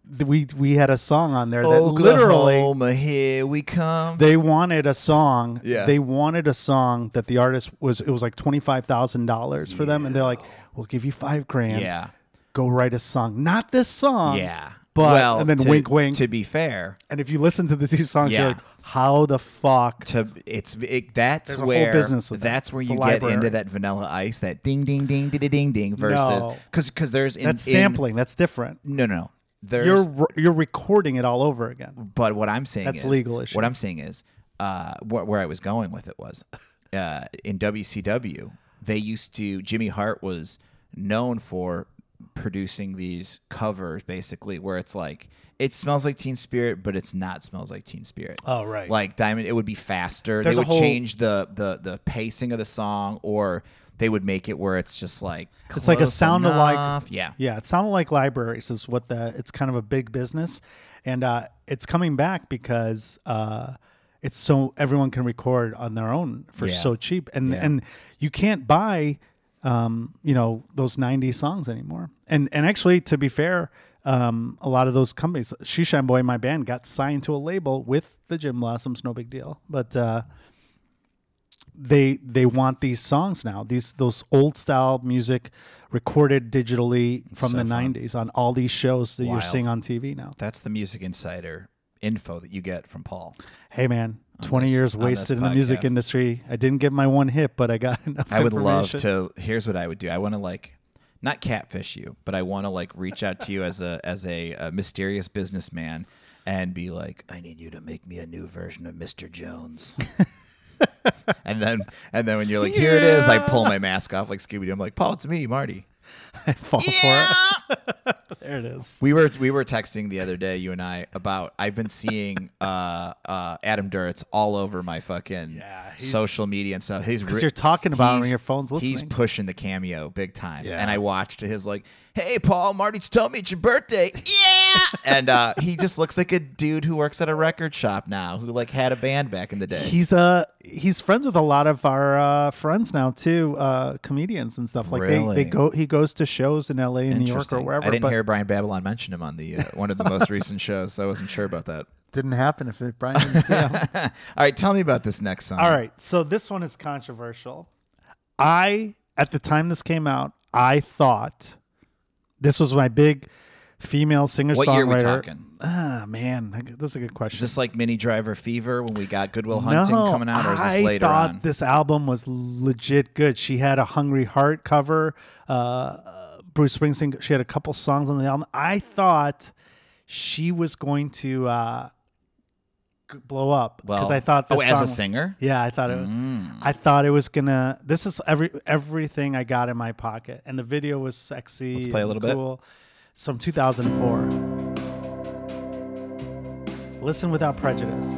Speaker 2: th- we we had a song on there that
Speaker 1: Oh,
Speaker 2: literally
Speaker 1: Oklahoma, here we come.
Speaker 2: they wanted a song.
Speaker 1: Yeah.
Speaker 2: They wanted a song that the artist was. It was like twenty five thousand dollars for them, and they're like, "We'll give you five grand.
Speaker 1: yeah,
Speaker 2: Go write a song. Not this song.
Speaker 1: yeah.
Speaker 2: Um, But
Speaker 1: well,
Speaker 2: and then
Speaker 1: to-
Speaker 2: wink wink.
Speaker 1: To be fair,
Speaker 2: and if you listen to the two songs,
Speaker 1: Yeah.
Speaker 2: you're like, "How the fuck?
Speaker 1: to it's it, that's
Speaker 2: There's a whole
Speaker 1: where
Speaker 2: business of that.
Speaker 1: that's where
Speaker 2: It's
Speaker 1: you
Speaker 2: a
Speaker 1: get
Speaker 2: library.
Speaker 1: into that vanilla ice that ding ding ding ding ding ding versus
Speaker 2: No.
Speaker 1: because because there's in,
Speaker 2: That's
Speaker 1: in-
Speaker 2: sampling. That's different.
Speaker 1: no no no. there's
Speaker 2: You're re- you're recording it all over again.
Speaker 1: but what I'm saying
Speaker 2: That's
Speaker 1: is,
Speaker 2: legal issue.
Speaker 1: What I'm saying is, uh, wh- where I was going with it was, uh, in WCW, they used to. Jimmy Hart was known for producing these covers, basically, where it's like it smells like Teen Spirit, but it's not smells like Teen Spirit.
Speaker 2: Oh, right.
Speaker 1: Like Diamond, it would be faster.
Speaker 2: There's
Speaker 1: they
Speaker 2: a
Speaker 1: would
Speaker 2: whole-
Speaker 1: change the the the pacing of the song, or they would make it where it's just like
Speaker 2: It's like a
Speaker 1: close
Speaker 2: sound alike-
Speaker 1: enough. Yeah,
Speaker 2: Yeah, it sounded like libraries is what the it's kind of a big business, and uh, it's coming back because uh, it's so everyone can record on their own for
Speaker 1: Yeah.
Speaker 2: so cheap, and and you can't buy um, you know those '90s songs anymore. And and actually, to be fair, um, a lot of those companies, Shishan Boy, my band, got signed to a label with the Jim Blossoms. No big deal, but. Uh, they they want these songs now these those old style music recorded digitally from the 90s on all these shows that you're
Speaker 1: Wild.
Speaker 2: seeing on tv now
Speaker 1: that's the music insider info that you get from Paul.
Speaker 2: hey man 20
Speaker 1: this-
Speaker 2: years
Speaker 1: on this
Speaker 2: wasted in the music
Speaker 1: podcast.
Speaker 2: industry i didn't get my one hit but i got enough
Speaker 1: I would love
Speaker 2: information.
Speaker 1: to. Here's what I would do. I want to like not catfish you, but I want to like reach out to you as a as a, uh mysterious businessman and be like, I need you to make me a new version of Mister Jones. and then and then when you're like, here it is, I pull my mask off like Scooby Doo. I'm like, Paul, it's me, Marty.
Speaker 2: I fall for it there it is
Speaker 1: We were we were texting the other day, you and I, about I've been seeing uh, uh, Adam Duritz all over my fucking
Speaker 2: Yeah, he's-
Speaker 1: social media and stuff. He's
Speaker 2: 'Cause
Speaker 1: re-
Speaker 2: you're talking about it when
Speaker 1: he's-
Speaker 2: your phone's
Speaker 1: He's
Speaker 2: listening.
Speaker 1: pushing the cameo big time,
Speaker 2: Yeah.
Speaker 1: and I watched his like, "Hey, Paul, Marty's told me it's your birthday, yeah!" and uh, he just looks like a dude who works at a record shop now, who like had a band back in the day.
Speaker 2: he's uh he's friends with a lot of our uh, friends now too uh, comedians and stuff like they,
Speaker 1: Really?
Speaker 2: they go he goes to shows in la and new york or
Speaker 1: Interesting.
Speaker 2: wherever
Speaker 1: I didn't
Speaker 2: but
Speaker 1: hear Brian Babylon mention him on the uh, one of the most recent shows, so I wasn't sure about that.
Speaker 2: didn't happen if it, brian didn't see him
Speaker 1: all right, tell me about this next song.
Speaker 2: All right, so this one is controversial. I at the time this came out, I thought this was my big female singer
Speaker 1: what year are we
Speaker 2: songwriter.
Speaker 1: talking?
Speaker 2: Ah, man, I- that's a good
Speaker 1: Is
Speaker 2: question.
Speaker 1: this like Mini Driver Fever when we got Goodwill Hunting
Speaker 2: no,
Speaker 1: coming out, or is this
Speaker 2: I
Speaker 1: later
Speaker 2: thought
Speaker 1: on?
Speaker 2: this album was legit good. She had a "Hungry Heart" cover. Uh, Bruce Springsteen. She had a couple songs on the album. I thought she was going to uh, g- blow up because I thought this
Speaker 1: oh, as
Speaker 2: song-
Speaker 1: a singer,
Speaker 2: yeah, I thought it.
Speaker 1: Mm.
Speaker 2: I thought it was gonna. This is every everything I got in my pocket, and the video was sexy. Let's
Speaker 1: play a little bit.
Speaker 2: cool. It's from 2004. Listen without prejudice.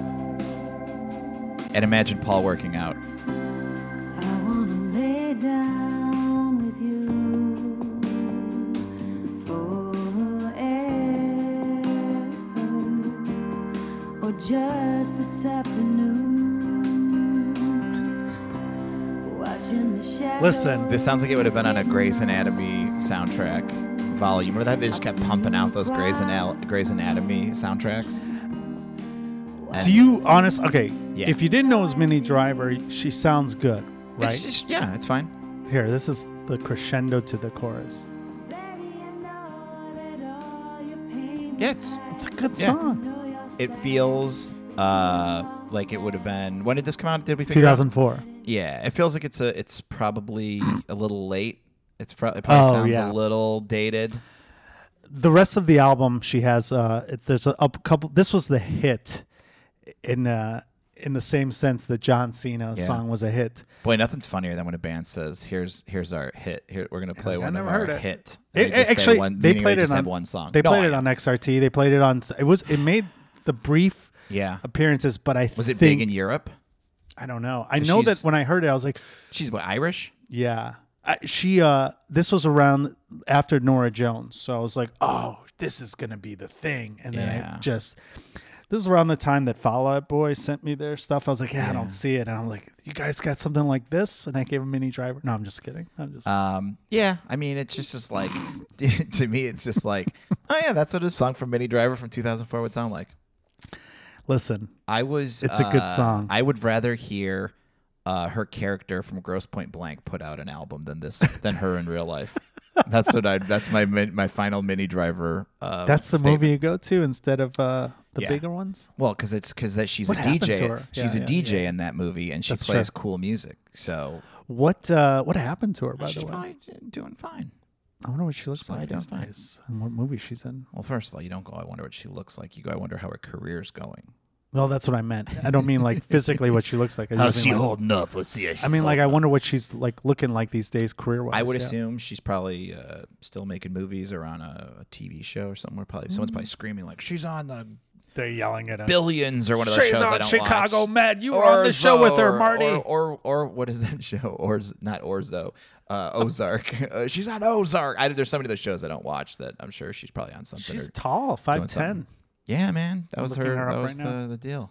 Speaker 1: and imagine Paul working out.
Speaker 4: I wanna lay down with you forever, or just this afternoon, watching the shadows.
Speaker 2: Listen.
Speaker 1: This sounds like it would have been on a Grey's Anatomy soundtrack volume. Remember that they just kept pumping out those Grey's, Anal- Grey's Anatomy soundtracks. And
Speaker 2: Do you honest? Okay,
Speaker 1: Yeah.
Speaker 2: if you didn't know it was Minnie Driver, she sounds good,
Speaker 1: it's
Speaker 2: right?
Speaker 1: just- yeah, it's fine.
Speaker 2: Here, this is the crescendo to the chorus.
Speaker 4: Baby, I know that all your pain
Speaker 1: Yeah, it's
Speaker 2: It's a good
Speaker 1: Yeah.
Speaker 2: song.
Speaker 4: know yourself.
Speaker 1: it feels uh like it would have been. When did this come out? Did we figure out?
Speaker 2: 2004.
Speaker 1: Yeah, it feels like it's a. It's probably a little late. It's pro- it probably
Speaker 2: Oh,
Speaker 1: sounds
Speaker 2: yeah.
Speaker 1: a little dated.
Speaker 2: the rest of the album she has uh it- there's a, a couple this was the hit in uh in the same sense that John Cena's
Speaker 1: Yeah.
Speaker 2: song was a hit.
Speaker 1: Boy, nothing's funnier than when a band says, "Here's here's our hit. Here we're gonna play
Speaker 2: Like,
Speaker 1: one
Speaker 2: I
Speaker 1: of
Speaker 2: never
Speaker 1: our
Speaker 2: heard it.
Speaker 1: hit."
Speaker 2: It-
Speaker 1: And
Speaker 2: it-
Speaker 1: just say
Speaker 2: actually,
Speaker 1: one-
Speaker 2: they
Speaker 1: meaning
Speaker 2: played it
Speaker 1: just
Speaker 2: on
Speaker 1: have one song.
Speaker 2: They
Speaker 1: No,
Speaker 2: played
Speaker 1: I
Speaker 2: it
Speaker 1: know.
Speaker 2: on XRT. They played it on. It was. It made the brief
Speaker 1: Yeah,
Speaker 2: appearances, but I
Speaker 1: was it
Speaker 2: think,
Speaker 1: big in Europe?
Speaker 2: I don't know. I know that
Speaker 1: she's-
Speaker 2: when I heard it, I was like,
Speaker 1: She's what Irish?
Speaker 2: yeah. I, she. uh This was around after Nora Jones, so I was like, oh, this is gonna be the thing. And then
Speaker 1: Yeah.
Speaker 2: I just This is around the time that Fallout Boy sent me their stuff. I was like, yeah, I
Speaker 1: Yeah.
Speaker 2: don't see it. And I'm like, you guys got something like this? And I gave him Mini Driver. No, I'm just kidding. I'm just.
Speaker 1: Um, yeah, I mean, it's just, just like, to me, it's just like, oh, yeah, that's what a song from Mini Driver from 2004 would sound like.
Speaker 2: listen,
Speaker 1: I was.
Speaker 2: It's a good
Speaker 1: uh,
Speaker 2: song.
Speaker 1: I would rather hear uh, her character from Gross Point Blank put out an album than this than her in real life. That's what I. That's my min, my final mini driver. Uh,
Speaker 2: that's the
Speaker 1: statement.
Speaker 2: movie you go to instead of uh, the
Speaker 1: Yeah.
Speaker 2: bigger ones.
Speaker 1: Well, because it's because that she's
Speaker 2: What
Speaker 1: a
Speaker 2: happened
Speaker 1: DJ.
Speaker 2: to her?
Speaker 1: She's
Speaker 2: Yeah,
Speaker 1: a
Speaker 2: yeah,
Speaker 1: DJ in that movie, and she
Speaker 2: That's
Speaker 1: plays cool music. So
Speaker 2: What uh, what happened to her, by
Speaker 1: she's
Speaker 2: the way?
Speaker 1: probably doing fine.
Speaker 2: I wonder what she looks
Speaker 1: probably
Speaker 2: like
Speaker 1: doing
Speaker 2: these
Speaker 1: fine.
Speaker 2: days and what movie she's in.
Speaker 1: Well, first of all, you don't go. I wonder what she looks like. You go. I wonder how her career's going.
Speaker 2: No, that's what I meant. I don't mean like physically what she looks like. I just mean, like-
Speaker 1: up? Let's see.
Speaker 2: I mean, like, I wonder what she's like looking like these days, career wise.
Speaker 1: I would assume she's probably uh, still making movies or on a, a TV show or somewhere. Probably someone's probably screaming like she's on the
Speaker 2: they're yelling at us.
Speaker 1: Billions or one of those
Speaker 2: She's
Speaker 1: shows I
Speaker 2: on
Speaker 1: don't
Speaker 2: Chicago
Speaker 1: watch.
Speaker 2: Med. You were on the show with her,
Speaker 1: Orzo,
Speaker 2: Marty.
Speaker 1: Or, or, or what is that show? Or not Orzo, uh, Ozark. Uh, she's on Ozark. I, there's so many of those shows I don't watch that I'm sure she's probably on something.
Speaker 2: she's
Speaker 1: or
Speaker 2: tall,
Speaker 1: doing
Speaker 2: five ten.
Speaker 1: something. Yeah, man, that was her.
Speaker 2: looking her up
Speaker 1: that was
Speaker 2: right now.
Speaker 1: the, the deal.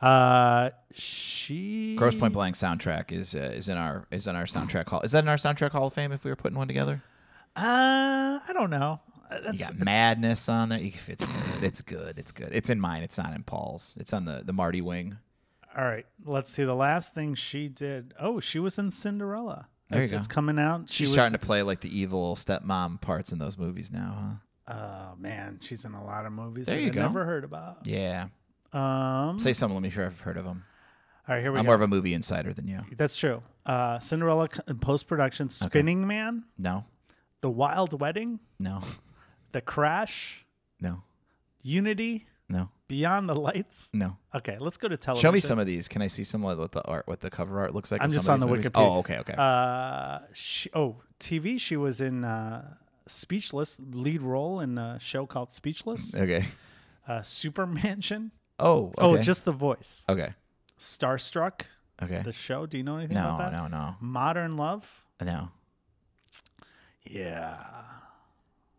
Speaker 2: Uh, she
Speaker 1: Gross Point Blank soundtrack is uh, is in our is in our soundtrack hall. Is that in our soundtrack hall of fame? If we were putting one together,
Speaker 2: Uh, I don't know. Uh, That's,
Speaker 1: you got
Speaker 2: that's-
Speaker 1: madness on there. You- It's good. It's good. It's good. It's in mine. It's not in Paul's. It's on the the Marty wing.
Speaker 2: All right, let's see. The last thing she did. Oh, she was in Cinderella.
Speaker 1: There you
Speaker 2: it's,
Speaker 1: go.
Speaker 2: it's coming out. She
Speaker 1: She's
Speaker 2: was,
Speaker 1: starting to play like the evil stepmom parts in those movies now, huh?
Speaker 2: Oh man, she's in a lot of movies
Speaker 1: There
Speaker 2: that
Speaker 1: you
Speaker 2: I
Speaker 1: go.
Speaker 2: never heard about.
Speaker 1: Yeah.
Speaker 2: Um,
Speaker 1: Say some. Let me hear if I've heard of them.
Speaker 2: all right, here we
Speaker 1: I'm
Speaker 2: go.
Speaker 1: more of a movie insider than you.
Speaker 2: That's true. Uh, Cinderella c- in post production, Spinning Man,
Speaker 1: No,
Speaker 2: The Wild Wedding,
Speaker 1: no,
Speaker 2: The Crash,
Speaker 1: no,
Speaker 2: Unity,
Speaker 1: no,
Speaker 2: Beyond the Lights.
Speaker 1: no.
Speaker 2: Okay, let's go to television.
Speaker 1: Show me some of these. Can I see some of what the art, what the cover art looks like?
Speaker 2: Oh, I'm
Speaker 1: of
Speaker 2: just
Speaker 1: some
Speaker 2: on
Speaker 1: of
Speaker 2: the
Speaker 1: these movies?
Speaker 2: Wikipedia.
Speaker 1: Oh, okay, okay.
Speaker 2: Uh, she, oh, TV. She was in uh, Speechless, lead role in a show called Speechless.
Speaker 1: okay.
Speaker 2: Uh, Super Mansion.
Speaker 1: Oh, Eh. okay.
Speaker 2: Oh, just the voice.
Speaker 1: okay,
Speaker 2: Starstruck,
Speaker 1: okay.
Speaker 2: the show. Do you know anything
Speaker 1: Eh. No,
Speaker 2: about that?
Speaker 1: no, no,
Speaker 2: Modern Love.
Speaker 1: no.
Speaker 2: Yeah.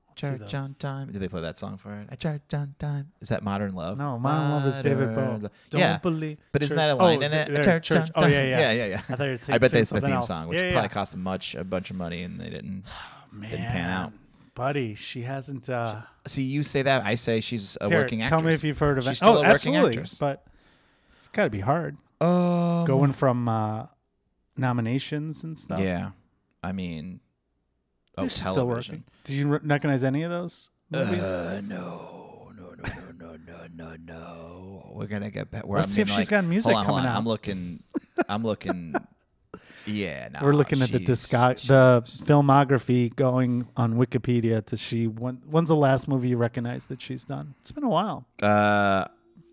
Speaker 2: Let's see
Speaker 1: Church
Speaker 2: the-
Speaker 1: on time. Did they play that song for it? At church on time. Is that Modern Love?
Speaker 2: No, Modern Love is David
Speaker 1: Modern
Speaker 2: Bowie.
Speaker 1: Love.
Speaker 2: Don't
Speaker 1: yeah,
Speaker 2: believe.
Speaker 1: but isn't
Speaker 2: Church-
Speaker 1: that a line
Speaker 2: oh,
Speaker 1: in it?
Speaker 2: there-
Speaker 1: At
Speaker 2: there's Church- Oh
Speaker 1: on
Speaker 2: yeah, yeah,
Speaker 1: yeah, yeah, yeah.
Speaker 2: I thought you
Speaker 1: I
Speaker 2: were
Speaker 1: bet
Speaker 2: saying
Speaker 1: that's the
Speaker 2: something
Speaker 1: theme
Speaker 2: else.
Speaker 1: song, which
Speaker 2: Yeah, yeah,
Speaker 1: probably
Speaker 2: yeah.
Speaker 1: cost a much a bunch of money, and they didn't.
Speaker 2: Man,
Speaker 1: didn't pan out.
Speaker 2: buddy. She hasn't. Uh,
Speaker 1: See, you say that. I say she's a
Speaker 2: here,
Speaker 1: working actress.
Speaker 2: Tell me if you've heard of it.
Speaker 1: She's still
Speaker 2: oh,
Speaker 1: a working
Speaker 2: absolutely.
Speaker 1: actress.
Speaker 2: But it's got to be hard
Speaker 1: Um,
Speaker 2: going from uh, nominations and stuff.
Speaker 1: Yeah, I mean, oh,
Speaker 2: You're still
Speaker 1: television.
Speaker 2: working. Do you re- recognize any of those movies?
Speaker 1: Uh, no, no, no, no, no, no, no, no. We're gonna get back.
Speaker 2: Let's see if she's
Speaker 1: she's
Speaker 2: got music
Speaker 1: hold on, hold
Speaker 2: coming
Speaker 1: on.
Speaker 2: out.
Speaker 1: I'm looking. I'm looking. Yeah, no.
Speaker 2: We're looking at the
Speaker 1: she's-
Speaker 2: discog-
Speaker 1: she-
Speaker 2: the filmography going on Wikipedia to she when, when's the last movie you recognize that she's done? It's been a while.
Speaker 1: uh,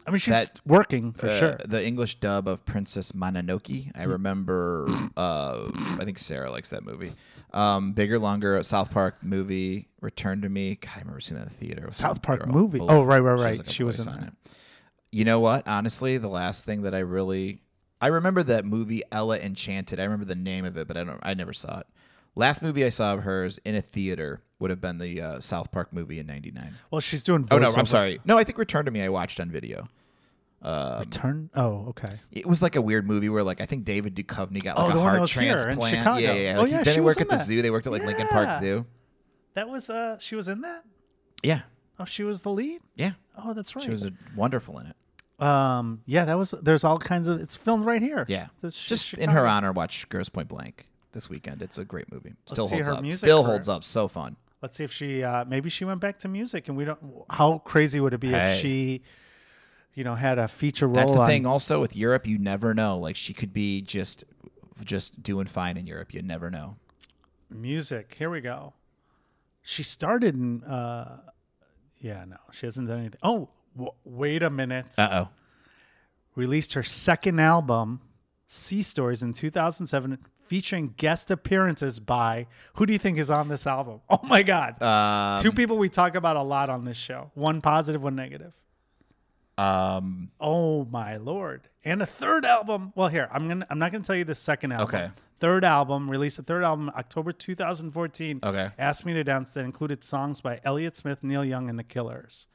Speaker 2: I mean, she's
Speaker 1: That-
Speaker 2: working for
Speaker 1: uh,
Speaker 2: sure. Hmm.
Speaker 1: The English dub of Princess Mononoke. I remember. uh, I think Sarah likes that movie. Um, bigger, longer South Park movie. Return to Me. God, I remember seeing that in the theater. with
Speaker 2: South
Speaker 1: some
Speaker 2: Park
Speaker 1: girl.
Speaker 2: movie.
Speaker 1: Bull-
Speaker 2: Oh, right, right,
Speaker 1: has,
Speaker 2: right.
Speaker 1: like, a
Speaker 2: She was
Speaker 1: voice
Speaker 2: in
Speaker 1: on
Speaker 2: there.
Speaker 1: it. You know what? Honestly, the last thing that I really I remember that movie Ella Enchanted. I remember the name of it, but I don't. I never saw it. Last movie I saw of hers in a theater would have been the uh, South Park movie in '99.
Speaker 2: Well, she's doing.
Speaker 1: Oh no, I'm
Speaker 2: voiceovers.
Speaker 1: sorry. No, I think Return to Me I watched on video. Uh,
Speaker 2: Return. Oh, okay.
Speaker 1: It was like a weird movie where like I think David Duchovny got like
Speaker 2: Oh,
Speaker 1: a
Speaker 2: the one that
Speaker 1: heart
Speaker 2: was here in
Speaker 1: transplant.
Speaker 2: Chicago.
Speaker 1: Yeah, yeah. yeah.
Speaker 2: Oh,
Speaker 1: Like,
Speaker 2: yeah,
Speaker 1: Then
Speaker 2: she
Speaker 1: they
Speaker 2: was
Speaker 1: work at
Speaker 2: in
Speaker 1: the
Speaker 2: that.
Speaker 1: zoo. They worked at like Lincoln Park
Speaker 2: Yeah.
Speaker 1: Zoo.
Speaker 2: That was. Uh, she was in that.
Speaker 1: Yeah,
Speaker 2: Oh, she was the lead.
Speaker 1: yeah.
Speaker 2: Oh, that's right.
Speaker 1: She was a, wonderful in it.
Speaker 2: um, yeah, that was. There's all kinds of. It's filmed right here.
Speaker 1: Yeah.
Speaker 2: The sh-
Speaker 1: Just in
Speaker 2: Chicago.
Speaker 1: her honor, watch Girls Point Blank this weekend. It's a great movie. Still
Speaker 2: see
Speaker 1: holds
Speaker 2: her
Speaker 1: up.
Speaker 2: music
Speaker 1: Still
Speaker 2: career.
Speaker 1: holds up. So fun.
Speaker 2: Let's see if she. Uh, maybe she went back to music, and we don't. How crazy would it be
Speaker 1: Hey.
Speaker 2: if she, you know, had a feature role?
Speaker 1: That's the
Speaker 2: on-
Speaker 1: thing. Also with Europe, you never know. Like she could be just just doing fine in Europe. You never know.
Speaker 2: Music. Here we go. She started in. Uh, yeah, no, she hasn't done anything. Oh, w- wait a minute.
Speaker 1: Uh oh.
Speaker 2: released her second album, Sea Stories, in 2007, featuring guest appearances by who do you think is on this album? Oh my God.
Speaker 1: Um,
Speaker 2: Two people we talk about a lot on this show one positive, one negative.
Speaker 1: um,
Speaker 2: Oh my Lord. And a third album. Well, here, I'm gonna I'm not gonna tell you the second album.
Speaker 1: Okay.
Speaker 2: Third album, released a third album October 2014.
Speaker 1: Okay.
Speaker 2: Asked Me to Dance that included songs by Elliott Smith, Neil Young, and the Killers.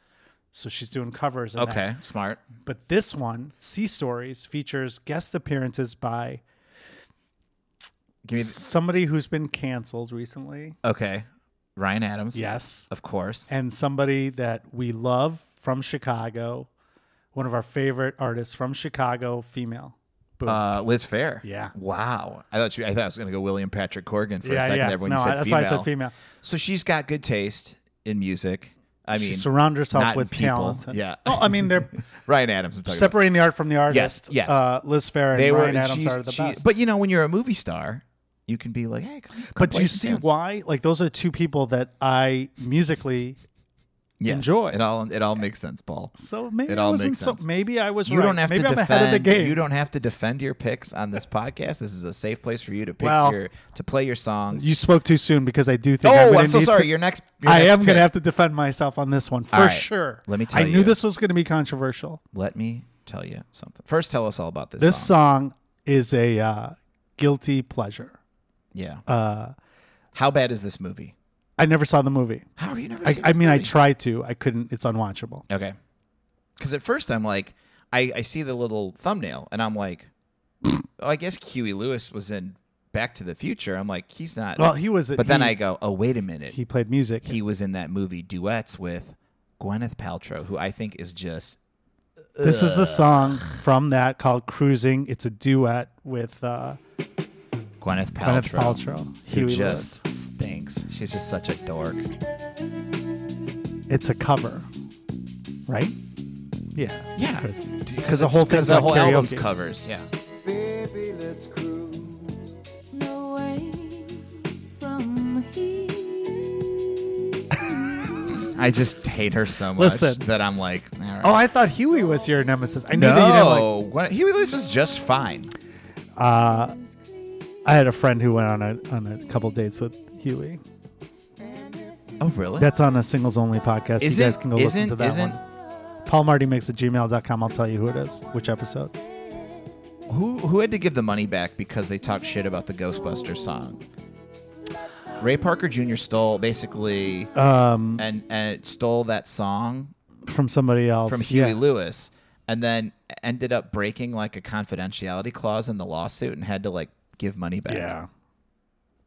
Speaker 2: So she's doing covers. Of that.
Speaker 1: Okay, smart.
Speaker 2: But this one, Sea Stories, features guest appearances by
Speaker 1: Give me. th-
Speaker 2: somebody who's been canceled recently.
Speaker 1: okay, Ryan Adams.
Speaker 2: Yes.
Speaker 1: of course.
Speaker 2: And somebody that we love from Chicago, one of our favorite artists from Chicago, female. Boom.
Speaker 1: Uh, Liz Fair.
Speaker 2: Yeah.
Speaker 1: Wow. I thought you. I thought I was going to go William Patrick Corgan for a
Speaker 2: yeah,
Speaker 1: second
Speaker 2: yeah.
Speaker 1: there when
Speaker 2: no,
Speaker 1: you said
Speaker 2: that's
Speaker 1: female.
Speaker 2: why I said female.
Speaker 1: So she's got good taste in music. I mean,
Speaker 2: she surrounds
Speaker 1: not
Speaker 2: herself
Speaker 1: in
Speaker 2: with
Speaker 1: people.
Speaker 2: talent. and- Oh, uh,
Speaker 1: Yeah.
Speaker 2: Well, I mean, they're
Speaker 1: Ryan Adams. I'm talking about.
Speaker 2: separating the art from the artist.
Speaker 1: yes.
Speaker 2: Uh, Liz Fair and
Speaker 1: They were.
Speaker 2: Ryan
Speaker 1: and
Speaker 2: Adams
Speaker 1: she's-
Speaker 2: are the
Speaker 1: she-
Speaker 2: best.
Speaker 1: But you know, when you're a movie star, you can be like, hey. Come, come
Speaker 2: but do
Speaker 1: play
Speaker 2: you
Speaker 1: some
Speaker 2: see
Speaker 1: tunes.
Speaker 2: why? Like those are two people that I musically.
Speaker 1: Yes.
Speaker 2: enjoy.
Speaker 1: It all. It all makes sense, Paul.
Speaker 2: So maybe
Speaker 1: It
Speaker 2: I
Speaker 1: all
Speaker 2: wasn't
Speaker 1: makes
Speaker 2: so.
Speaker 1: sense.
Speaker 2: Maybe I was.
Speaker 1: You
Speaker 2: right.
Speaker 1: don't have
Speaker 2: maybe
Speaker 1: to
Speaker 2: I'm
Speaker 1: defend.
Speaker 2: ahead of the game.
Speaker 1: You don't have to defend your picks on this podcast. This is a safe place for you to pick
Speaker 2: Well,
Speaker 1: your to play your songs.
Speaker 2: You spoke too soon because I do think. I'm,
Speaker 1: oh,
Speaker 2: gonna
Speaker 1: I'm so
Speaker 2: need
Speaker 1: sorry.
Speaker 2: To,
Speaker 1: your next. Your
Speaker 2: I
Speaker 1: next
Speaker 2: am going
Speaker 1: pick.
Speaker 2: to have to defend myself on this one for
Speaker 1: All right.
Speaker 2: sure.
Speaker 1: Let me
Speaker 2: I
Speaker 1: tell
Speaker 2: knew
Speaker 1: you.
Speaker 2: this was going to be controversial.
Speaker 1: Let me tell you something. First, tell us all about this.
Speaker 2: This
Speaker 1: song.
Speaker 2: song is a uh, guilty pleasure.
Speaker 1: Yeah.
Speaker 2: Uh,
Speaker 1: How bad is this movie?
Speaker 2: I never saw the movie.
Speaker 1: How are you never?
Speaker 2: I,
Speaker 1: seen
Speaker 2: I
Speaker 1: this
Speaker 2: mean, I
Speaker 1: movie?
Speaker 2: tried to. I couldn't. It's unwatchable.
Speaker 1: Okay. Because at first I'm like, I, I see the little thumbnail and I'm like, oh, I guess Huey Lewis was in Back to the Future. I'm like, he's not.
Speaker 2: Well, he was.
Speaker 1: but then
Speaker 2: he-
Speaker 1: I go, oh, wait a minute.
Speaker 2: he
Speaker 1: He,
Speaker 2: played music.
Speaker 1: was in that movie Duets with Gwyneth Paltrow, who I think is just.
Speaker 2: This
Speaker 1: uh,
Speaker 2: is the song from that called "Cruising." It's a duet with uh,
Speaker 1: Gwyneth Paltrow.
Speaker 2: Gwyneth Paltrow.
Speaker 1: Who
Speaker 2: Huey Lewis.
Speaker 1: just stinks. She's just such a dork.
Speaker 2: It's a cover, right? Yeah. it's
Speaker 1: Yeah.
Speaker 2: Cruising.
Speaker 1: Because
Speaker 2: the whole thing's
Speaker 1: the
Speaker 2: on
Speaker 1: whole album's
Speaker 2: karaoke.
Speaker 1: covers. Yeah.
Speaker 3: Baby, let's cruise.
Speaker 4: No way from here.
Speaker 1: I just hate her so much
Speaker 2: Listen.
Speaker 1: that I'm like, all right.
Speaker 2: Oh, I thought Huey was your nemesis. I knew that you didn't like.
Speaker 1: no, Gwen- Huey Lewis is just fine.
Speaker 2: Uh, I had a friend who went on a on a couple dates with Huey.
Speaker 1: Oh, really?
Speaker 2: That's on a singles only podcast.
Speaker 1: Isn't-
Speaker 2: you guys can go listen to that
Speaker 1: isn't-
Speaker 2: one. Paul Marty makes at gmail.com. I'll tell you who it is, which episode.
Speaker 1: Who who had to give the money back because they talked shit about the Ghostbusters song? Ray Parker Jr. stole basically
Speaker 2: Um,
Speaker 1: and and it stole that song
Speaker 2: from somebody else.
Speaker 1: from Huey
Speaker 2: Yeah.
Speaker 1: Lewis, and then ended up breaking like a confidentiality clause in the lawsuit and had to like give money back.
Speaker 2: Yeah.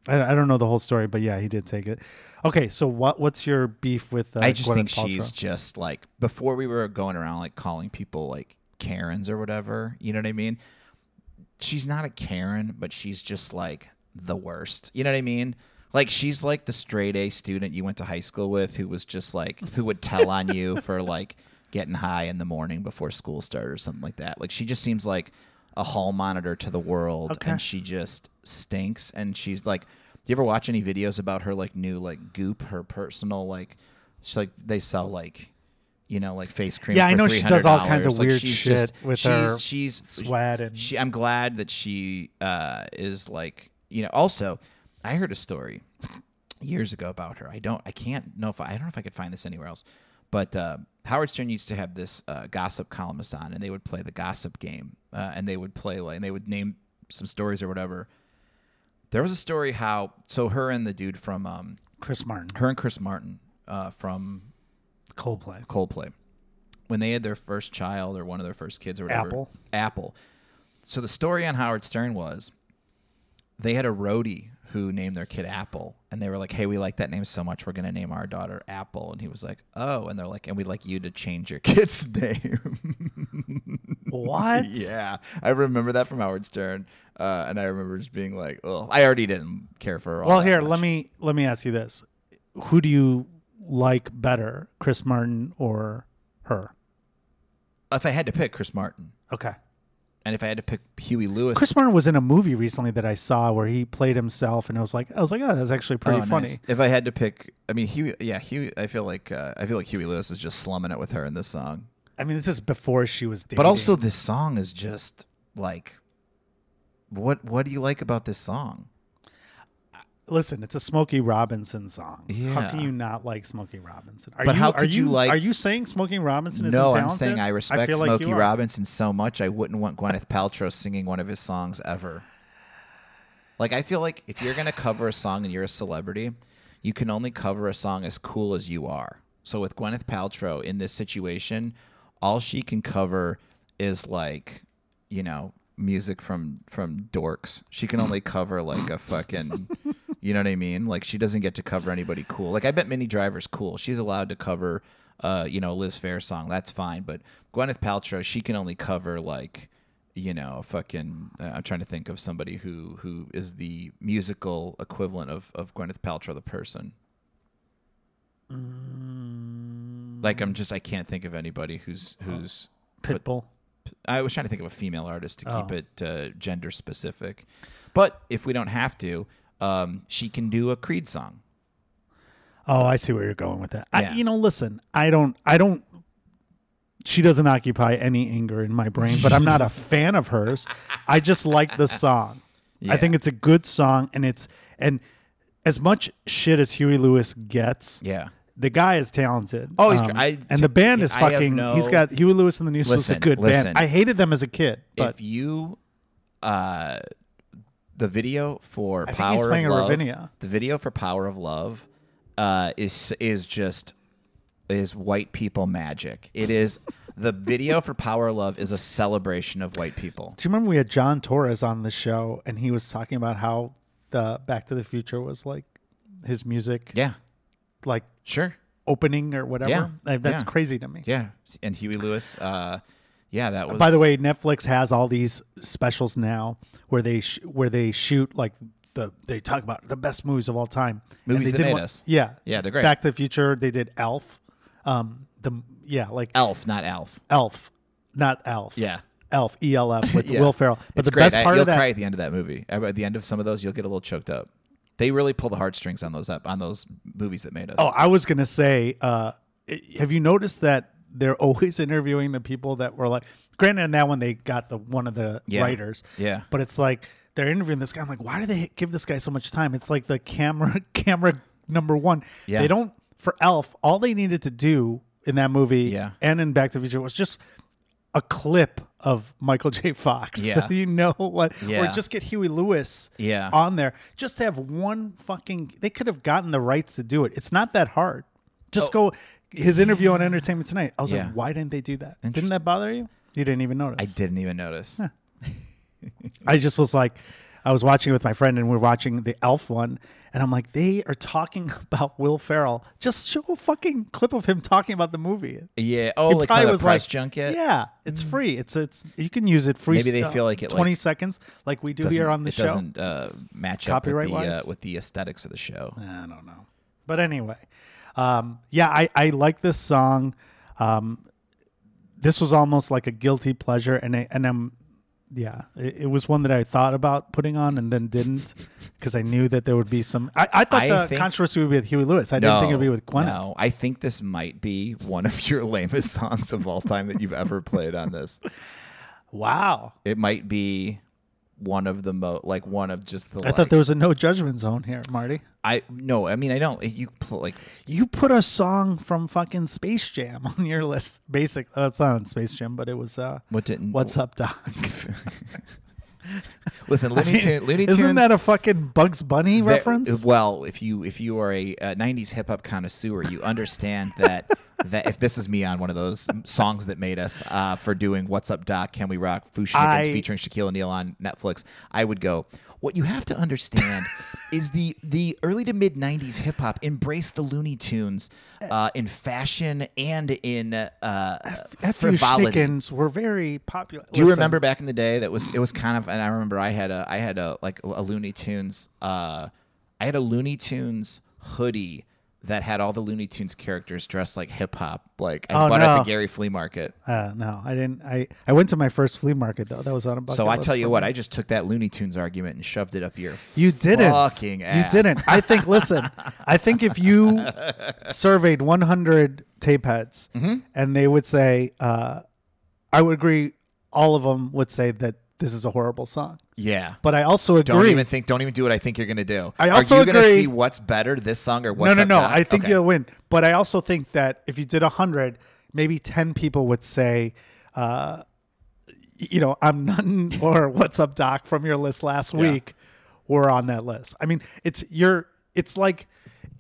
Speaker 2: I, I don't know the whole story, but yeah, he did take it. Okay, so what what's your beef with uh,
Speaker 1: I just
Speaker 2: Gwyneth
Speaker 1: think
Speaker 2: Paltrow?
Speaker 1: she's just like before we were going around like calling people like Karens or whatever. You know what I mean? She's not a Karen, but she's just like the worst. You know what I mean? Like she's like the straight A student you went to high school with who was just like who would tell on you for like getting high in the morning before school started or something like that. Like she just seems like a hall monitor to the world
Speaker 2: Okay.
Speaker 1: and she just stinks and she's like do you ever watch any videos about her like new like goop her personal like she like they sell like you know like face cream
Speaker 2: Yeah, I
Speaker 1: for
Speaker 2: know she does all
Speaker 1: $300.
Speaker 2: kinds of
Speaker 1: Like,
Speaker 2: weird
Speaker 1: she's
Speaker 2: shit
Speaker 1: just-
Speaker 2: with
Speaker 1: she's,
Speaker 2: her
Speaker 1: she's
Speaker 2: sweat and-
Speaker 1: she i'm glad that she uh is like you know also i heard a story years ago about her. I don't, I can't know if I, I don't know if I could find this anywhere else. But uh, Howard Stern used to have this uh, gossip columnist on, and they would play the gossip game, uh, and they would play like, and they would name some stories or whatever. There was a story how so her and the dude from um,
Speaker 2: Chris Martin,
Speaker 1: her and Chris Martin uh, from
Speaker 2: Coldplay.
Speaker 1: Coldplay. When they had their first child or one of their first kids or whatever.
Speaker 2: Apple.
Speaker 1: Apple. So the story on Howard Stern was they had a roadie who named their kid Apple and they were like, Hey, we like that name so much, we're gonna name our daughter Apple and he was like, Oh, and they're like, and we'd like you to change your kid's name.
Speaker 2: What?
Speaker 1: yeah. I remember that from Howard Stern. Uh, and I remember just being like, Oh, I already didn't care for all
Speaker 2: Well,
Speaker 1: that
Speaker 2: here,
Speaker 1: much.
Speaker 2: let me let me ask you this: Who do you like better, Chris Martin or her?
Speaker 1: if I had to pick Chris Martin
Speaker 2: Okay.
Speaker 1: and if I had to pick Huey Lewis
Speaker 2: Chris Martin was in a movie recently that I saw where he played himself, and it was like I was like, oh, that's actually pretty
Speaker 1: Oh,
Speaker 2: funny.
Speaker 1: nice. If I had to pick, I mean, Huey. Yeah, Huey. I feel like uh, I feel like Huey Lewis is just slumming it with her in this song.
Speaker 2: I mean, this is before she was dating.
Speaker 1: But also, this song is just like, what What do you like about this song?
Speaker 2: listen, it's a Smokey Robinson song. How
Speaker 1: Yeah.
Speaker 2: can you not like Smokey Robinson? Are
Speaker 1: But
Speaker 2: you,
Speaker 1: how
Speaker 2: are
Speaker 1: could you
Speaker 2: you
Speaker 1: like-
Speaker 2: Are you saying Smokey Robinson is
Speaker 1: no, I'm
Speaker 2: talented?
Speaker 1: saying I respect
Speaker 2: feel like
Speaker 1: Smokey
Speaker 2: you are.
Speaker 1: Robinson so much. I wouldn't want Gwyneth Paltrow singing one of his songs ever. Like, I feel like if you're gonna cover a song and you're a celebrity, you can only cover a song as cool as you are. So with Gwyneth Paltrow in this situation, all she can cover is like, you know, music from from dorks. She can only cover like a fucking, you know what I mean? Like she doesn't get to cover anybody cool. Like I bet Minnie Driver's cool. She's allowed to cover, uh, you know, Liz Fair song. That's fine. But Gwyneth Paltrow, she can only cover like you know, a fucking. uh, I'm trying to think of somebody who who is the musical equivalent of of Gwyneth Paltrow, the person. Like I'm just I can't think of anybody who's who's. put-
Speaker 2: Pitbull.
Speaker 1: I was trying to think of a female artist to keep
Speaker 2: Oh.
Speaker 1: it uh, gender specific, but if we don't have to, um, she can do a Creed song.
Speaker 2: Oh, I see where you're going with that.
Speaker 1: Yeah.
Speaker 2: I, you know, listen, I don't, I don't. She doesn't occupy any anger in my brain, but I'm not a fan of hers. I just like the song.
Speaker 1: Yeah.
Speaker 2: I think it's a good song, and it's and as much shit as Huey Lewis gets,
Speaker 1: Yeah.
Speaker 2: the guy is talented. Um,
Speaker 1: Oh, he's gr- I-
Speaker 2: and the band is
Speaker 1: I have
Speaker 2: fucking.
Speaker 1: no-
Speaker 2: he's got Huey Lewis and the News was a
Speaker 1: Listen,
Speaker 2: good
Speaker 1: listen.
Speaker 2: band. I hated them as a kid, but
Speaker 1: if you uh the video for
Speaker 2: I think
Speaker 1: power
Speaker 2: he's playing
Speaker 1: of
Speaker 2: a
Speaker 1: love
Speaker 2: Ravinia.
Speaker 1: the video for power of love uh is is just is white people magic it is the video for power of love is a celebration of white people
Speaker 2: do you remember we had John Torres on the show, and he was talking about how the Back to the Future was like his music,
Speaker 1: yeah
Speaker 2: like
Speaker 1: sure
Speaker 2: opening or whatever.
Speaker 1: Yeah,
Speaker 2: Like, that's
Speaker 1: yeah.
Speaker 2: crazy to me.
Speaker 1: yeah and huey lewis uh yeah that was
Speaker 2: By the way, Netflix has all these specials now where they sh- where they shoot like the they talk about the best movies of all time. And
Speaker 1: Movies
Speaker 2: they
Speaker 1: that
Speaker 2: did
Speaker 1: made
Speaker 2: one-
Speaker 1: us.
Speaker 2: Yeah,
Speaker 1: Yeah, they're great.
Speaker 2: Back to the Future. They did Elf. Um, the yeah, like
Speaker 1: elf not alf
Speaker 2: Elf, not Elf.
Speaker 1: Yeah.
Speaker 2: Elf, E L F with
Speaker 1: Yeah.
Speaker 2: Will Ferrell. But
Speaker 1: It's
Speaker 2: the
Speaker 1: great.
Speaker 2: best
Speaker 1: I-
Speaker 2: part
Speaker 1: you'll
Speaker 2: of that,
Speaker 1: cry at the end of that movie at at the end of some of those you'll get a little choked up they really pull the heartstrings on those up on those movies that made us
Speaker 2: oh, I was gonna say, uh, i- have you noticed that? They're always interviewing the people that were like, granted, in that one they got the one of the
Speaker 1: Yeah.
Speaker 2: writers,
Speaker 1: yeah
Speaker 2: but it's like they're interviewing this guy. I'm like, why do they give this guy so much time? It's like the camera camera number one.
Speaker 1: Yeah.
Speaker 2: They don't for Elf. All they needed to do in that movie
Speaker 1: Yeah.
Speaker 2: and in Back to the Future was just a clip of Michael J. Fox.
Speaker 1: Yeah.
Speaker 2: So you know what?
Speaker 1: Yeah.
Speaker 2: Or just get Huey Lewis
Speaker 1: Yeah.
Speaker 2: on there. Just have one fucking. They could have gotten the rights to do it. It's not that hard. Just go. His interview on Entertainment Tonight. I was
Speaker 1: Oh. Yeah.
Speaker 2: like, why didn't they do that? Didn't
Speaker 1: Interesting.
Speaker 2: that bother you? You didn't even notice.
Speaker 1: i didn't even notice
Speaker 2: I just was like, I was watching it with my friend, and we are watching the Elf one, and I'm like, they are talking about Will Ferrell. Just show a fucking clip of him talking about the movie.
Speaker 1: Yeah. Oh,
Speaker 2: It
Speaker 1: like
Speaker 2: probably
Speaker 1: kind of
Speaker 2: was
Speaker 1: a press
Speaker 2: like,
Speaker 1: junket.
Speaker 2: Yeah, it's free. It's it's you can use it free.
Speaker 1: Hmm. Maybe they
Speaker 2: stuff.
Speaker 1: feel like it, like,
Speaker 2: 20 seconds, like we do
Speaker 1: Doesn't-
Speaker 2: here on the
Speaker 1: it
Speaker 2: show.
Speaker 1: doesn't uh, match up with the, uh,
Speaker 2: Copyright-wise?
Speaker 1: with the aesthetics of the show.
Speaker 2: I don't know. But anyway, um, yeah, I, I like this song. Um, this was almost like a guilty pleasure, and I, and I'm, yeah, it, it was one that I thought about putting on and then didn't because I knew that there would be some. I, I thought
Speaker 1: I
Speaker 2: the
Speaker 1: think-
Speaker 2: controversy would be with Huey Lewis. I didn't think it would be with Gwyneth.
Speaker 1: No, I think this might be one of your lamest songs of all time that you've ever played on this.
Speaker 2: Wow,
Speaker 1: It might be one of the mo like one of just the.
Speaker 2: I thought there was a no judgment zone here, Marty.
Speaker 1: I no, I mean I don't. You pl- like
Speaker 2: You put a song from fucking Space Jam on your list. Basic. Oh, it's not on Space Jam, but it was. Uh,
Speaker 1: what didn't?
Speaker 2: What's up, Doc?
Speaker 1: Listen, Looney, Tune- Looney Tunes.
Speaker 2: Isn't that a fucking Bugs Bunny
Speaker 1: Ve-
Speaker 2: reference?
Speaker 1: Well, if you if you are a uh, '90s hip hop connoisseur, you understand that that if this is me on one of those songs that made us uh, for doing "What's Up, Doc? Can We Rock?" Foo Shenanigans
Speaker 2: I-
Speaker 1: featuring Shaquille O'Neal on Netflix, I would go. What you have to understand is the the early to mid '90s hip hop embraced the Looney Tunes uh, in fashion and in uh,
Speaker 2: F.U.
Speaker 1: frivolity.
Speaker 2: Schnickens were very popular.
Speaker 1: Do you remember back in the day that was it was kind of and I remember I had a I had a like a Looney Tunes uh I had a Looney Tunes hoodie that had all the Looney Tunes characters dressed like hip hop like I
Speaker 2: Oh,
Speaker 1: bought it at the
Speaker 2: no.
Speaker 1: Gary flea market.
Speaker 2: Uh, no, I didn't. I, I went to my first flea market though. That was on a bucket
Speaker 1: So I
Speaker 2: list
Speaker 1: tell you
Speaker 2: for
Speaker 1: what,
Speaker 2: me.
Speaker 1: I just took that Looney Tunes argument and shoved it up your
Speaker 2: you didn't.
Speaker 1: fucking ass.
Speaker 2: You didn't. I think. Listen, I think if you surveyed 100 tape heads,
Speaker 1: Mm-hmm.
Speaker 2: and they would say, uh, I would agree. All of them would say that this is a horrible song.
Speaker 1: Yeah.
Speaker 2: But I also agree.
Speaker 1: Don't even think don't even do what I think you're gonna do.
Speaker 2: I also
Speaker 1: Are you gonna
Speaker 2: agree-
Speaker 1: see what's better, this song or what's
Speaker 2: no, no,
Speaker 1: Up
Speaker 2: no.
Speaker 1: Doc?
Speaker 2: I think
Speaker 1: Okay.
Speaker 2: you'll win. But I also think that if you did 100, maybe 10 people would say, uh, y- you know, I'm nothing or what's up, Doc, from your list last week were on that list. I mean, it's you're, it's like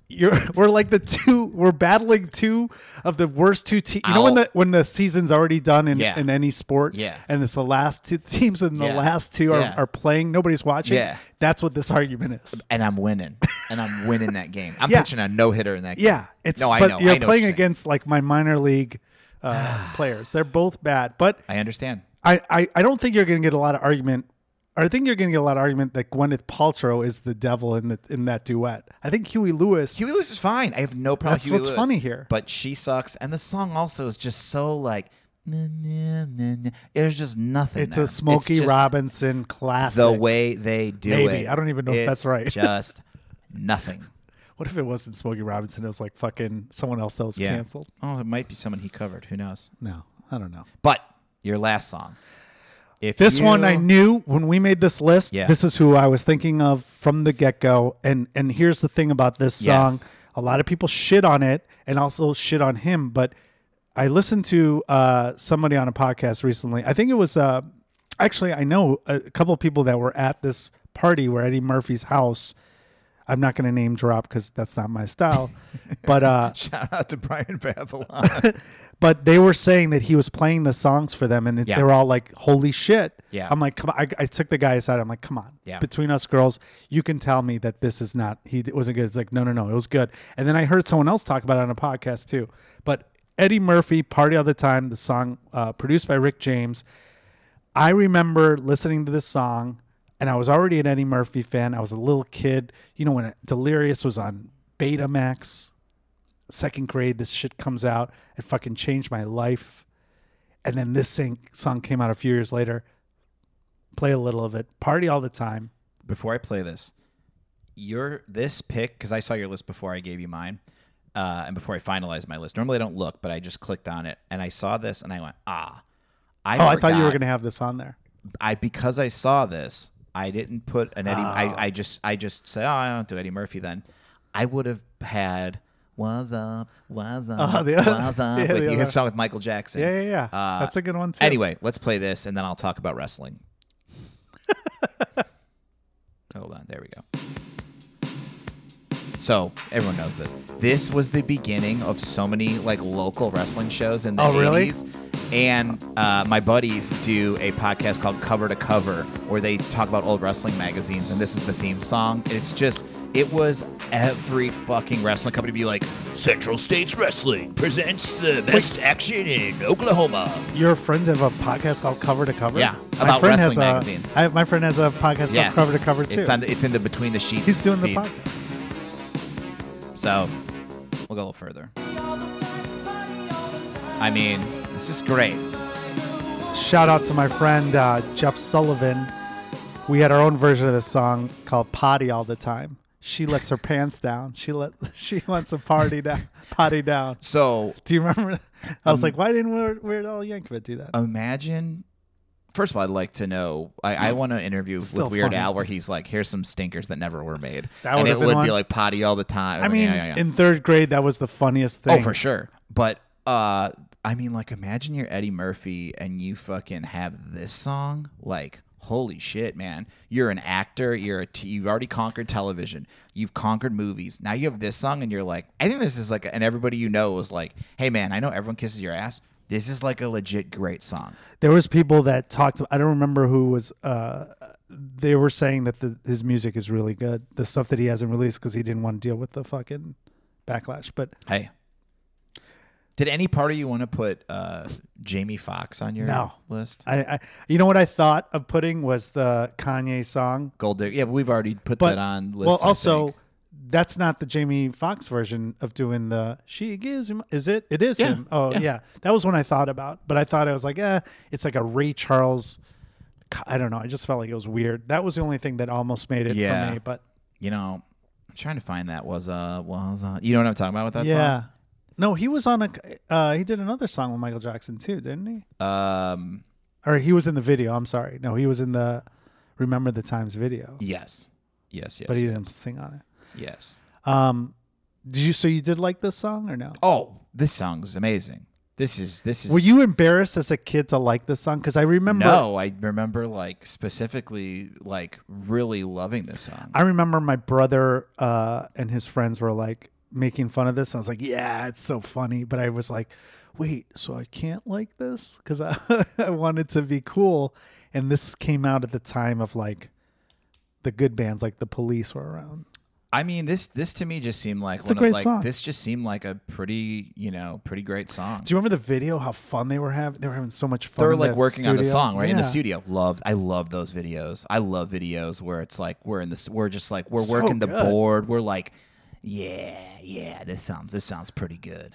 Speaker 2: you're we're like the two we're battling two of the worst two teams. You know when
Speaker 1: Ow.
Speaker 2: the when the season's already done in,
Speaker 1: Yeah.
Speaker 2: in any sport,
Speaker 1: Yeah.
Speaker 2: and it's the last two teams and the
Speaker 1: Yeah.
Speaker 2: last two are,
Speaker 1: Yeah.
Speaker 2: are playing, nobody's watching.
Speaker 1: Yeah.
Speaker 2: That's what this argument is.
Speaker 1: and I'm winning, and I'm winning that game. I'm
Speaker 2: Yeah.
Speaker 1: pitching a no hitter in that. game.
Speaker 2: Yeah, it's
Speaker 1: no, I
Speaker 2: but
Speaker 1: know. I
Speaker 2: you're
Speaker 1: know what
Speaker 2: playing
Speaker 1: you're saying.
Speaker 2: against like my minor league uh, players. They're both bad, but
Speaker 1: I understand.
Speaker 2: I, I, I don't think you're going to get a lot of argument. Or I think you're going to get a lot of argument that Gwyneth Paltrow is the devil in the in that duet. I think Huey Lewis.
Speaker 1: Huey Lewis is fine. I have no problem.
Speaker 2: That's
Speaker 1: with Huey
Speaker 2: what's
Speaker 1: Lewis.
Speaker 2: funny here.
Speaker 1: but she sucks, and the song also is just so like. na, na, na, na. There's just nothing.
Speaker 2: it's
Speaker 1: there.
Speaker 2: a Smokey
Speaker 1: just
Speaker 2: Robinson classic.
Speaker 1: The way they do it.
Speaker 2: Maybe. I don't even know if that's
Speaker 1: It's
Speaker 2: right.
Speaker 1: just nothing.
Speaker 2: What if it wasn't Smokey Robinson? It was like fucking someone else that was
Speaker 1: Yeah.
Speaker 2: canceled.
Speaker 1: Oh, it might be someone he covered. Who knows?
Speaker 2: No, I don't know.
Speaker 1: But your last song. If
Speaker 2: This one
Speaker 1: you-
Speaker 2: I knew when we made this list.
Speaker 1: Yeah.
Speaker 2: This is who I was thinking of from the get go. And and here's the thing about this song:
Speaker 1: Yes.
Speaker 2: a lot of people shit on it, and also shit on him. But I listened to uh, somebody on a podcast recently. I think it was uh, actually I know a couple of people that were at this party where Eddie Murphy's house. I'm not going to name drop because that's not my style, but uh,
Speaker 1: shout out to Brian Babylon.
Speaker 2: but they were saying that he was playing the songs for them, and it-
Speaker 1: Yeah.
Speaker 2: they were all like, "Holy shit!"
Speaker 1: Yeah.
Speaker 2: I'm like, "Come on!" I, I took the guy aside. I'm like, "Come on!"
Speaker 1: Yeah.
Speaker 2: Between us girls, you can tell me that this is not. He it wasn't good. It's like, no, no, no, it was good. And then I heard someone else talk about it on a podcast too. But Eddie Murphy, "Party All the Time," the song uh, produced by Rick James. I remember listening to this song, and I was already an Eddie Murphy fan. I was a little kid, you know, when Delirious was on Betamax second grade, this shit comes out. It fucking changed my life. And then this sing- song came out a few years later. Play a little of it. Party all the time.
Speaker 1: before I play this, your this pick because I saw your list before I gave you mine, uh, and before I finalized my list. Normally I don't look, but I just clicked on it and I saw this and I went ah. I
Speaker 2: Oh, I thought you were
Speaker 1: forgot-
Speaker 2: going to have this on there.
Speaker 1: I because I saw this, I didn't put an Eddie.
Speaker 2: Ah.
Speaker 1: I, I just I just said, oh, I don't do Eddie Murphy. Then I would have had was up, was up,
Speaker 2: Oh, the other-
Speaker 1: was up.
Speaker 2: yeah,
Speaker 1: like
Speaker 2: the
Speaker 1: you had
Speaker 2: other-
Speaker 1: a song with Michael Jackson.
Speaker 2: Yeah, yeah, yeah. That's a good one, too.
Speaker 1: Uh, Anyway, let's play this, and then I'll talk about wrestling. Hold on, there we go. So everyone knows this. This was the beginning of so many like local wrestling shows in the
Speaker 2: Oh, really?
Speaker 1: 80s. And uh, my buddies do a podcast called Cover to Cover, where they talk about old wrestling magazines, and this is the theme song. And it's just, it was every fucking wrestling company be like, Central States Wrestling presents the best action in Oklahoma.
Speaker 2: Your friends have a podcast called Cover to Cover?
Speaker 1: Yeah,
Speaker 2: My
Speaker 1: about
Speaker 2: friend
Speaker 1: wrestling
Speaker 2: has
Speaker 1: magazines.
Speaker 2: A, I, my friend has a podcast
Speaker 1: Yeah,
Speaker 2: called Cover to Cover, too.
Speaker 1: It's on. The, it's in the between the sheets.
Speaker 2: He's doing
Speaker 1: feed.
Speaker 2: the podcast.
Speaker 1: So we'll go a little further. I mean, this is great.
Speaker 2: Shout out to my friend uh, Jeff Sullivan. We had our own version of this song called "Potty All the Time." She lets her pants down. She let she wants a party down, potty down.
Speaker 1: So
Speaker 2: Do you remember? I
Speaker 1: Um,
Speaker 2: was like, why didn't Weird, Weird Al Yankovic do that?
Speaker 1: uh, imagine. First of all, I'd like to know. I, I want to interview with
Speaker 2: Still
Speaker 1: Weird
Speaker 2: funny.
Speaker 1: Al where he's like, "Here's some stinkers that never were made,"
Speaker 2: That
Speaker 1: and
Speaker 2: would've
Speaker 1: it
Speaker 2: been
Speaker 1: would
Speaker 2: one.
Speaker 1: be like potty all the time.
Speaker 2: I mean,
Speaker 1: yeah, yeah, yeah.
Speaker 2: in third grade, that was the funniest thing.
Speaker 1: Oh, for sure. But uh, I mean, like, imagine you're Eddie Murphy and you fucking have this song. Like, holy shit, man! You're an actor. You're a t- you've already conquered television. You've conquered movies. Now you have this song, and you're like, I think this is like, and everybody you know was like, Hey, man, I know everyone kisses your ass. This is like a legit great song.
Speaker 2: There was people that talked. I don't remember who was. Uh, they were saying that the, his music is really good. The stuff that he hasn't released because he didn't want to deal with the fucking backlash. But
Speaker 1: Hey. Did any part of you want to put uh, Jamie Foxx on your
Speaker 2: No.
Speaker 1: list?
Speaker 2: I, I, you know what I thought of putting was the Kanye song,
Speaker 1: Gold Digger. Yeah, but we've already put
Speaker 2: but
Speaker 1: that on list.
Speaker 2: well,
Speaker 1: I
Speaker 2: also
Speaker 1: think.
Speaker 2: that's not the Jamie Foxx version of doing the "She Gives Him." Is it? It is
Speaker 1: Yeah,
Speaker 2: him. Oh yeah.
Speaker 1: yeah.
Speaker 2: that was one I thought about, but I thought I was like, eh, it's like a Ray Charles. I don't know. I just felt like it was weird. That was the only thing that almost made it
Speaker 1: Yeah.
Speaker 2: for me. But
Speaker 1: you know, I'm trying to find that was uh was uh you know what I'm talking about with that
Speaker 2: yeah, no, he was on a. Uh, he did another song with Michael Jackson too, didn't he?
Speaker 1: song? Um
Speaker 2: Or he was in the video. I'm sorry. No, he was in the "Remember the Times" video,
Speaker 1: yes. Yes, yes.
Speaker 2: but he
Speaker 1: yes,
Speaker 2: didn't sing on it.
Speaker 1: Yes.
Speaker 2: Um, did you so you did like this song or no?
Speaker 1: Oh, this song is amazing. This is this is
Speaker 2: Were you embarrassed as a kid to like this song? Because I remember,
Speaker 1: No, I remember like specifically like really loving this song.
Speaker 2: I remember my brother uh, and his friends were like, making fun of this. I was like, yeah, it's so funny. But I was like, wait, so I can't like this? Because I, I wanted to be cool. And this came out at the time of like the good bands, like the police were around.
Speaker 1: I mean, this this to me just seemed like
Speaker 2: It's a
Speaker 1: one
Speaker 2: great
Speaker 1: of like
Speaker 2: song.
Speaker 1: this just seemed like a pretty you know pretty great song.
Speaker 2: Do you remember the video? How fun they were having? They were having so much fun.
Speaker 1: they were
Speaker 2: in
Speaker 1: like
Speaker 2: that
Speaker 1: working on the
Speaker 2: studio.
Speaker 1: song right in the
Speaker 2: Yeah.
Speaker 1: studio. Loved I love those videos. I love videos where it's like we're in this we're just like we're
Speaker 2: So
Speaker 1: working the
Speaker 2: good.
Speaker 1: board. We're like, yeah, yeah, this sounds this sounds pretty good.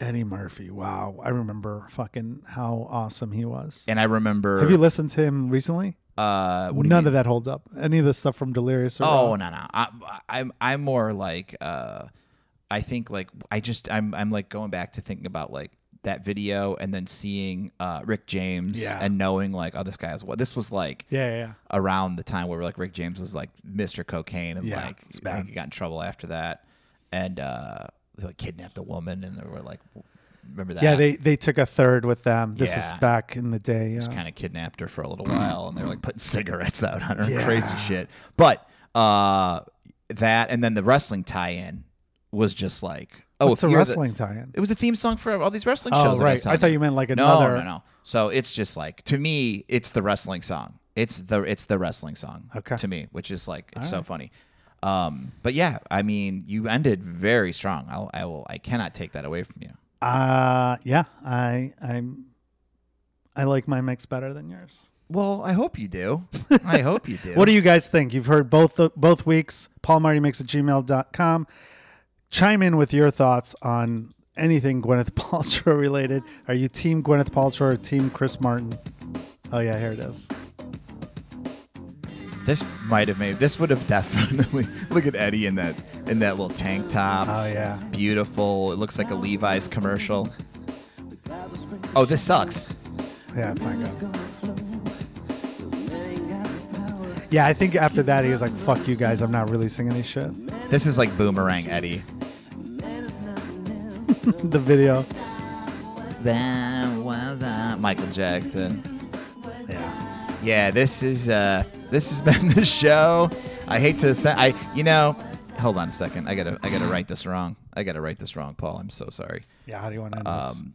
Speaker 2: Eddie Murphy. Wow, I remember fucking how awesome he was.
Speaker 1: And I remember
Speaker 2: Have you listened to him recently?
Speaker 1: uh, what do you
Speaker 2: None
Speaker 1: mean?
Speaker 2: of that holds up. Any of the stuff from Delirious? Or
Speaker 1: Oh no no. I, I'm I'm more like uh, I think like I just I'm I'm like going back to thinking about like that video and then seeing uh, Rick James
Speaker 2: Yeah.
Speaker 1: and knowing like oh this guy is what this was like
Speaker 2: yeah, yeah, yeah.
Speaker 1: around the time where like Rick James was like Mr. Cocaine and
Speaker 2: Yeah,
Speaker 1: like
Speaker 2: it's
Speaker 1: I
Speaker 2: bad.
Speaker 1: think he got in trouble after that and uh, they, like kidnapped a woman and they were like remember that
Speaker 2: Yeah, they they took a third with them. This is
Speaker 1: Yeah.
Speaker 2: back in the day. Yeah.
Speaker 1: kind of kidnapped her for a little while and they were like putting cigarettes out on her and
Speaker 2: Yeah.
Speaker 1: crazy shit but uh that and then the wrestling tie-in was just like oh
Speaker 2: What's
Speaker 1: if
Speaker 2: the
Speaker 1: you're the-
Speaker 2: wrestling tie-in?
Speaker 1: it was a theme song for all these wrestling
Speaker 2: Oh,
Speaker 1: shows that
Speaker 2: right.
Speaker 1: was telling
Speaker 2: I thought you meant like
Speaker 1: no,
Speaker 2: another.
Speaker 1: no no so it's just like to me it's the wrestling song it's the it's the wrestling song
Speaker 2: Okay.
Speaker 1: to me which is like it's so funny um but yeah i mean you ended very strong I'll, i will i cannot take that away from you
Speaker 2: Uh, yeah, I I'm I like my mix better than yours.
Speaker 1: well i hope you do i hope you do
Speaker 2: What do you guys think? You've heard both the, both weeks. PaulMartyMix at gmail.com. Chime in with your thoughts on anything Gwyneth Paltrow related. Are you team Gwyneth Paltrow or team Chris Martin? Oh yeah, here it is.
Speaker 1: This might have made. This would have definitely. Look at Eddie in that in that little tank top.
Speaker 2: Oh yeah.
Speaker 1: Beautiful. It looks like a Levi's commercial. Oh, this sucks.
Speaker 2: Yeah, it's not good. Yeah, I think after that he was like, "Fuck you guys, I'm not releasing any shit."
Speaker 1: This is like boomerang Eddie.
Speaker 2: the video.
Speaker 1: That was uh, Michael Jackson.
Speaker 2: Yeah.
Speaker 1: Yeah, this is uh, this has been the show. I hate to say, I you know, hold on a second. I gotta I gotta write this wrong. I gotta write this wrong, Paul. I'm so sorry.
Speaker 2: Yeah. How do you want to end this?
Speaker 1: um,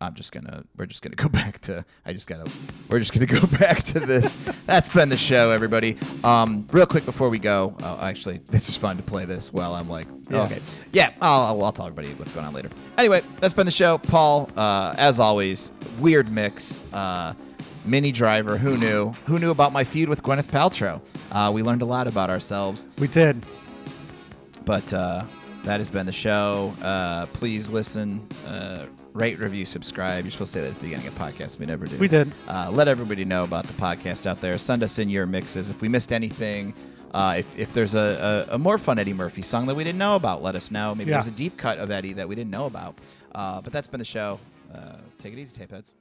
Speaker 1: I'm just gonna we're just gonna go back to I just gotta we're just gonna go back to this. That's been the show, everybody. Um, real quick before we go, uh, actually, this is fun to play this while I'm like,
Speaker 2: Yeah.
Speaker 1: okay, yeah, I'll, I'll, I'll talk about it, what's going on later. Anyway, that's been the show, Paul. Uh, as always, weird mix. Uh, Mini Driver, who knew? Who knew about my feud with Gwyneth Paltrow? Uh, we learned a lot about ourselves.
Speaker 2: We did.
Speaker 1: But uh, that has been the show. Uh, please listen, uh, rate, review, subscribe. You're supposed to say that at the beginning of podcasts. We never do.
Speaker 2: We did.
Speaker 1: Uh, let everybody know about the podcast out there. Send us in your mixes. If we missed anything, uh, if, if there's a, a, a more fun Eddie Murphy song that we didn't know about, let us know. Maybe
Speaker 2: Yeah.
Speaker 1: there's a deep cut of Eddie that we didn't know about. Uh, but that's been the show. Uh, take it easy, tape heads.